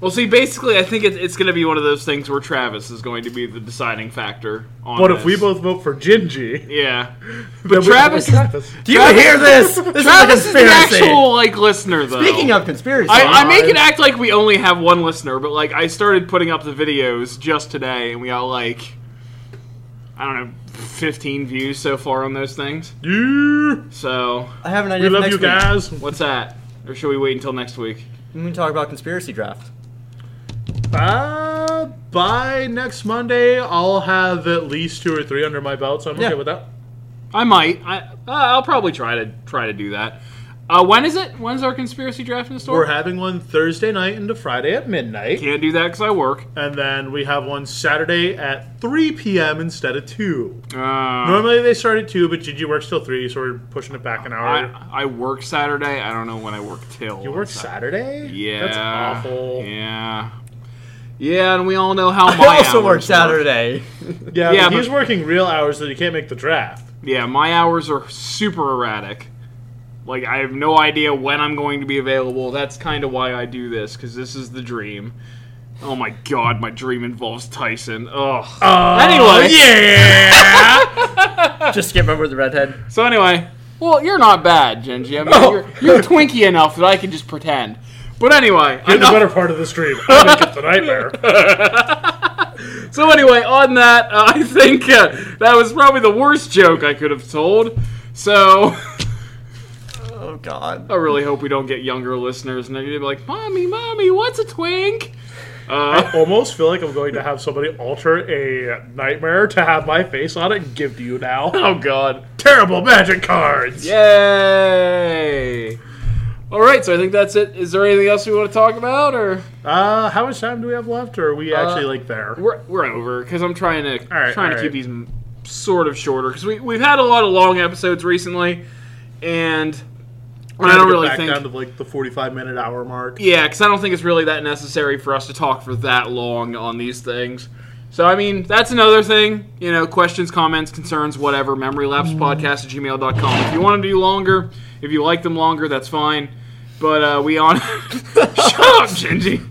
Speaker 1: Well, see, basically, I think it, it's going to be one of those things where Travis is going to be the deciding factor. On
Speaker 3: But if we
Speaker 1: this.
Speaker 3: both vote for Gingy,
Speaker 1: Yeah.
Speaker 3: but
Speaker 1: Travis is-
Speaker 2: Do you
Speaker 1: Travis-
Speaker 2: hear this? This
Speaker 1: Travis
Speaker 2: is
Speaker 1: is
Speaker 2: a
Speaker 1: an
Speaker 2: conspiracy.
Speaker 1: actual like listener though.
Speaker 2: Speaking of conspiracy,
Speaker 1: I, I make it act like we only have one listener, but like I started putting up the videos just today, and we got like I don't know, fifteen views so far on those things.
Speaker 3: Yeah.
Speaker 1: So
Speaker 2: I have an idea.
Speaker 3: We
Speaker 2: for
Speaker 3: love
Speaker 2: next
Speaker 3: you
Speaker 2: week.
Speaker 3: guys.
Speaker 1: what's that? Or should we wait until next week?
Speaker 2: We can talk about conspiracy draft.
Speaker 3: Uh, by next Monday, I'll have at least two or three under my belt, so I'm
Speaker 2: Yeah.
Speaker 3: okay with that.
Speaker 1: I might. I uh, I'll probably try to try to do that. Uh, when is it? When's our conspiracy draft in the store?
Speaker 3: We're having one Thursday night into Friday at midnight,
Speaker 1: Can't do that because I work.
Speaker 3: and then we have one Saturday at 3 p.m. instead of 2.
Speaker 1: Uh,
Speaker 3: Normally they start at 2, but Gigi works till 3, so we're pushing it back an hour.
Speaker 1: I I work Saturday. I don't know when I work till.
Speaker 3: You
Speaker 1: on
Speaker 3: work
Speaker 1: Saturday.
Speaker 3: Saturday?
Speaker 1: Yeah.
Speaker 3: That's awful. Yeah,
Speaker 1: Yeah. Yeah, and we all know how my
Speaker 2: I also work
Speaker 1: hours
Speaker 2: Saturday.
Speaker 3: but
Speaker 1: Yeah,
Speaker 3: he's
Speaker 1: but-
Speaker 3: working real hours so that he can't make the draft.
Speaker 1: Yeah, my hours are super erratic. Like I have no idea when I'm going to be available. That's kind of why I do this cuz this is the dream. Oh my god, my dream involves Tyson. Ugh.
Speaker 3: Uh,
Speaker 1: anyway.
Speaker 3: Yeah!
Speaker 2: Just skip over the redhead.
Speaker 1: So anyway, well, you're not bad, Genji. I mean, you're, you're twinky enough that I can just pretend. But anyway,
Speaker 3: You're the
Speaker 1: enough-
Speaker 3: better part of the stream. I think it's a nightmare.
Speaker 1: So anyway, on that, uh, I think uh, that was probably the worst joke I could have told. So
Speaker 2: Oh God.
Speaker 1: I really hope we don't get younger listeners and they're gonna be like, "Mommy, mommy, what's a twink?"
Speaker 3: I almost feel like I'm going to have somebody alter a nightmare to have my face on it and give to you now.
Speaker 1: Oh God.
Speaker 3: Terrible magic cards.
Speaker 1: Yay! All right, so I think that's it. Is there anything else we want to talk about, or
Speaker 3: Uh, how much time do we have left? Or are we actually like there?
Speaker 1: we're we're over because I'm trying to
Speaker 3: All right,
Speaker 1: trying to
Speaker 3: all
Speaker 1: keep
Speaker 3: right.
Speaker 1: these m- sort of shorter because we we've had a lot of long episodes recently, and I
Speaker 3: Gotta
Speaker 1: don't
Speaker 3: get
Speaker 1: really
Speaker 3: back
Speaker 1: think
Speaker 3: down to like the 45 minute hour mark.
Speaker 1: Yeah, because I don't think it's really that necessary for us to talk for that long on these things. So, I mean, that's another thing. You know, questions, comments, concerns, whatever. Memorylapsepodcast at gmail.com. If you want to do longer, if you like them longer, that's fine. But uh, we on. Shut up, Gingy.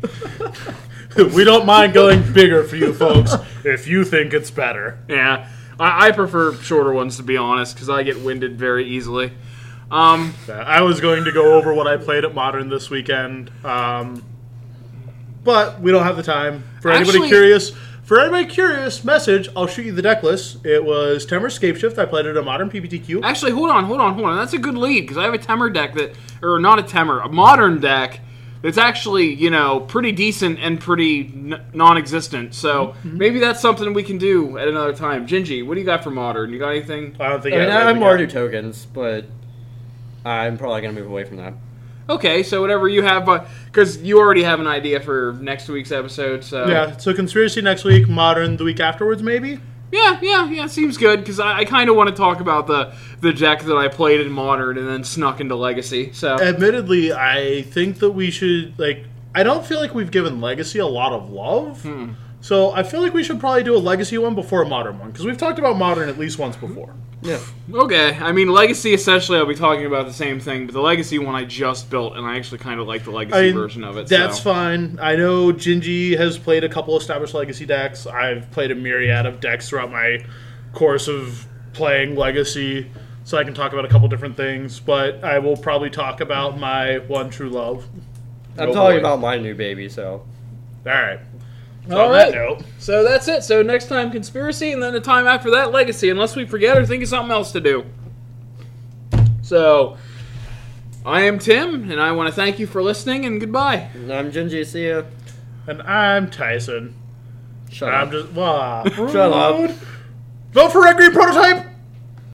Speaker 3: we don't mind going bigger for you folks if you think it's better.
Speaker 1: Yeah, I, I prefer shorter ones to be honest, because I get winded very easily. Um,
Speaker 3: Uh, I was going to go over what I played at Modern this weekend, um, but we don't have the time. For anybody
Speaker 1: Actually-
Speaker 3: curious, for anybody curious, message. I'll shoot you the deck list. It was Temur Scapeshift. I played it at Modern PPTQ.
Speaker 1: Actually, hold on, hold on, hold on. That's a good lead because I have a Temur deck that, or not a Temur, a modern deck that's actually you know pretty decent and pretty n- non-existent. So maybe that's something we can do at another time. Gingy, what do you got for modern? You got anything?
Speaker 3: I don't think
Speaker 2: I mean,
Speaker 3: have
Speaker 2: I'm
Speaker 3: anything
Speaker 2: already tokens, but I'm probably gonna move away from that.
Speaker 1: Okay, so whatever you have, but because you already have an idea for next week's episode, so
Speaker 3: Yeah, so conspiracy next week, modern the week afterwards, maybe.
Speaker 1: yeah, yeah, yeah, seems good because I, I kind of want to talk about the the deck that I played in modern and then snuck into legacy. So
Speaker 3: Admittedly, I think that we should like. I don't feel like we've given legacy a lot of love,
Speaker 1: Hmm.
Speaker 3: so I feel like we should probably do a legacy one before a modern one because we've talked about modern at least once before.
Speaker 2: Yeah.
Speaker 1: Okay, I mean Legacy. Essentially, I'll be talking about the same thing, but the Legacy one I just built, and I actually kind of like the Legacy
Speaker 3: I-
Speaker 1: version of it.
Speaker 3: That's
Speaker 1: so.
Speaker 3: fine. I know Jinji has played a couple established legacy decks. I've played a myriad of decks throughout my course of playing legacy, so I can talk about a couple different things. But I will probably talk about my one true love.
Speaker 2: I'm
Speaker 3: Oh,
Speaker 2: talking
Speaker 3: boy.
Speaker 2: about my new baby, so
Speaker 3: All right. So
Speaker 1: All
Speaker 3: on that
Speaker 1: right.
Speaker 3: note,
Speaker 1: So that's it. So next time, Conspiracy, and then the time after that, Legacy, unless we forget or think of something else to do. So, I am Tim, and I want to thank you for listening, and goodbye.
Speaker 2: I'm Jinji. See ya.
Speaker 3: and I'm Tyson.
Speaker 2: Shut
Speaker 3: I'm
Speaker 2: up.
Speaker 3: just. Wow.
Speaker 2: Shut up.
Speaker 3: Vote for Red Green Prototype!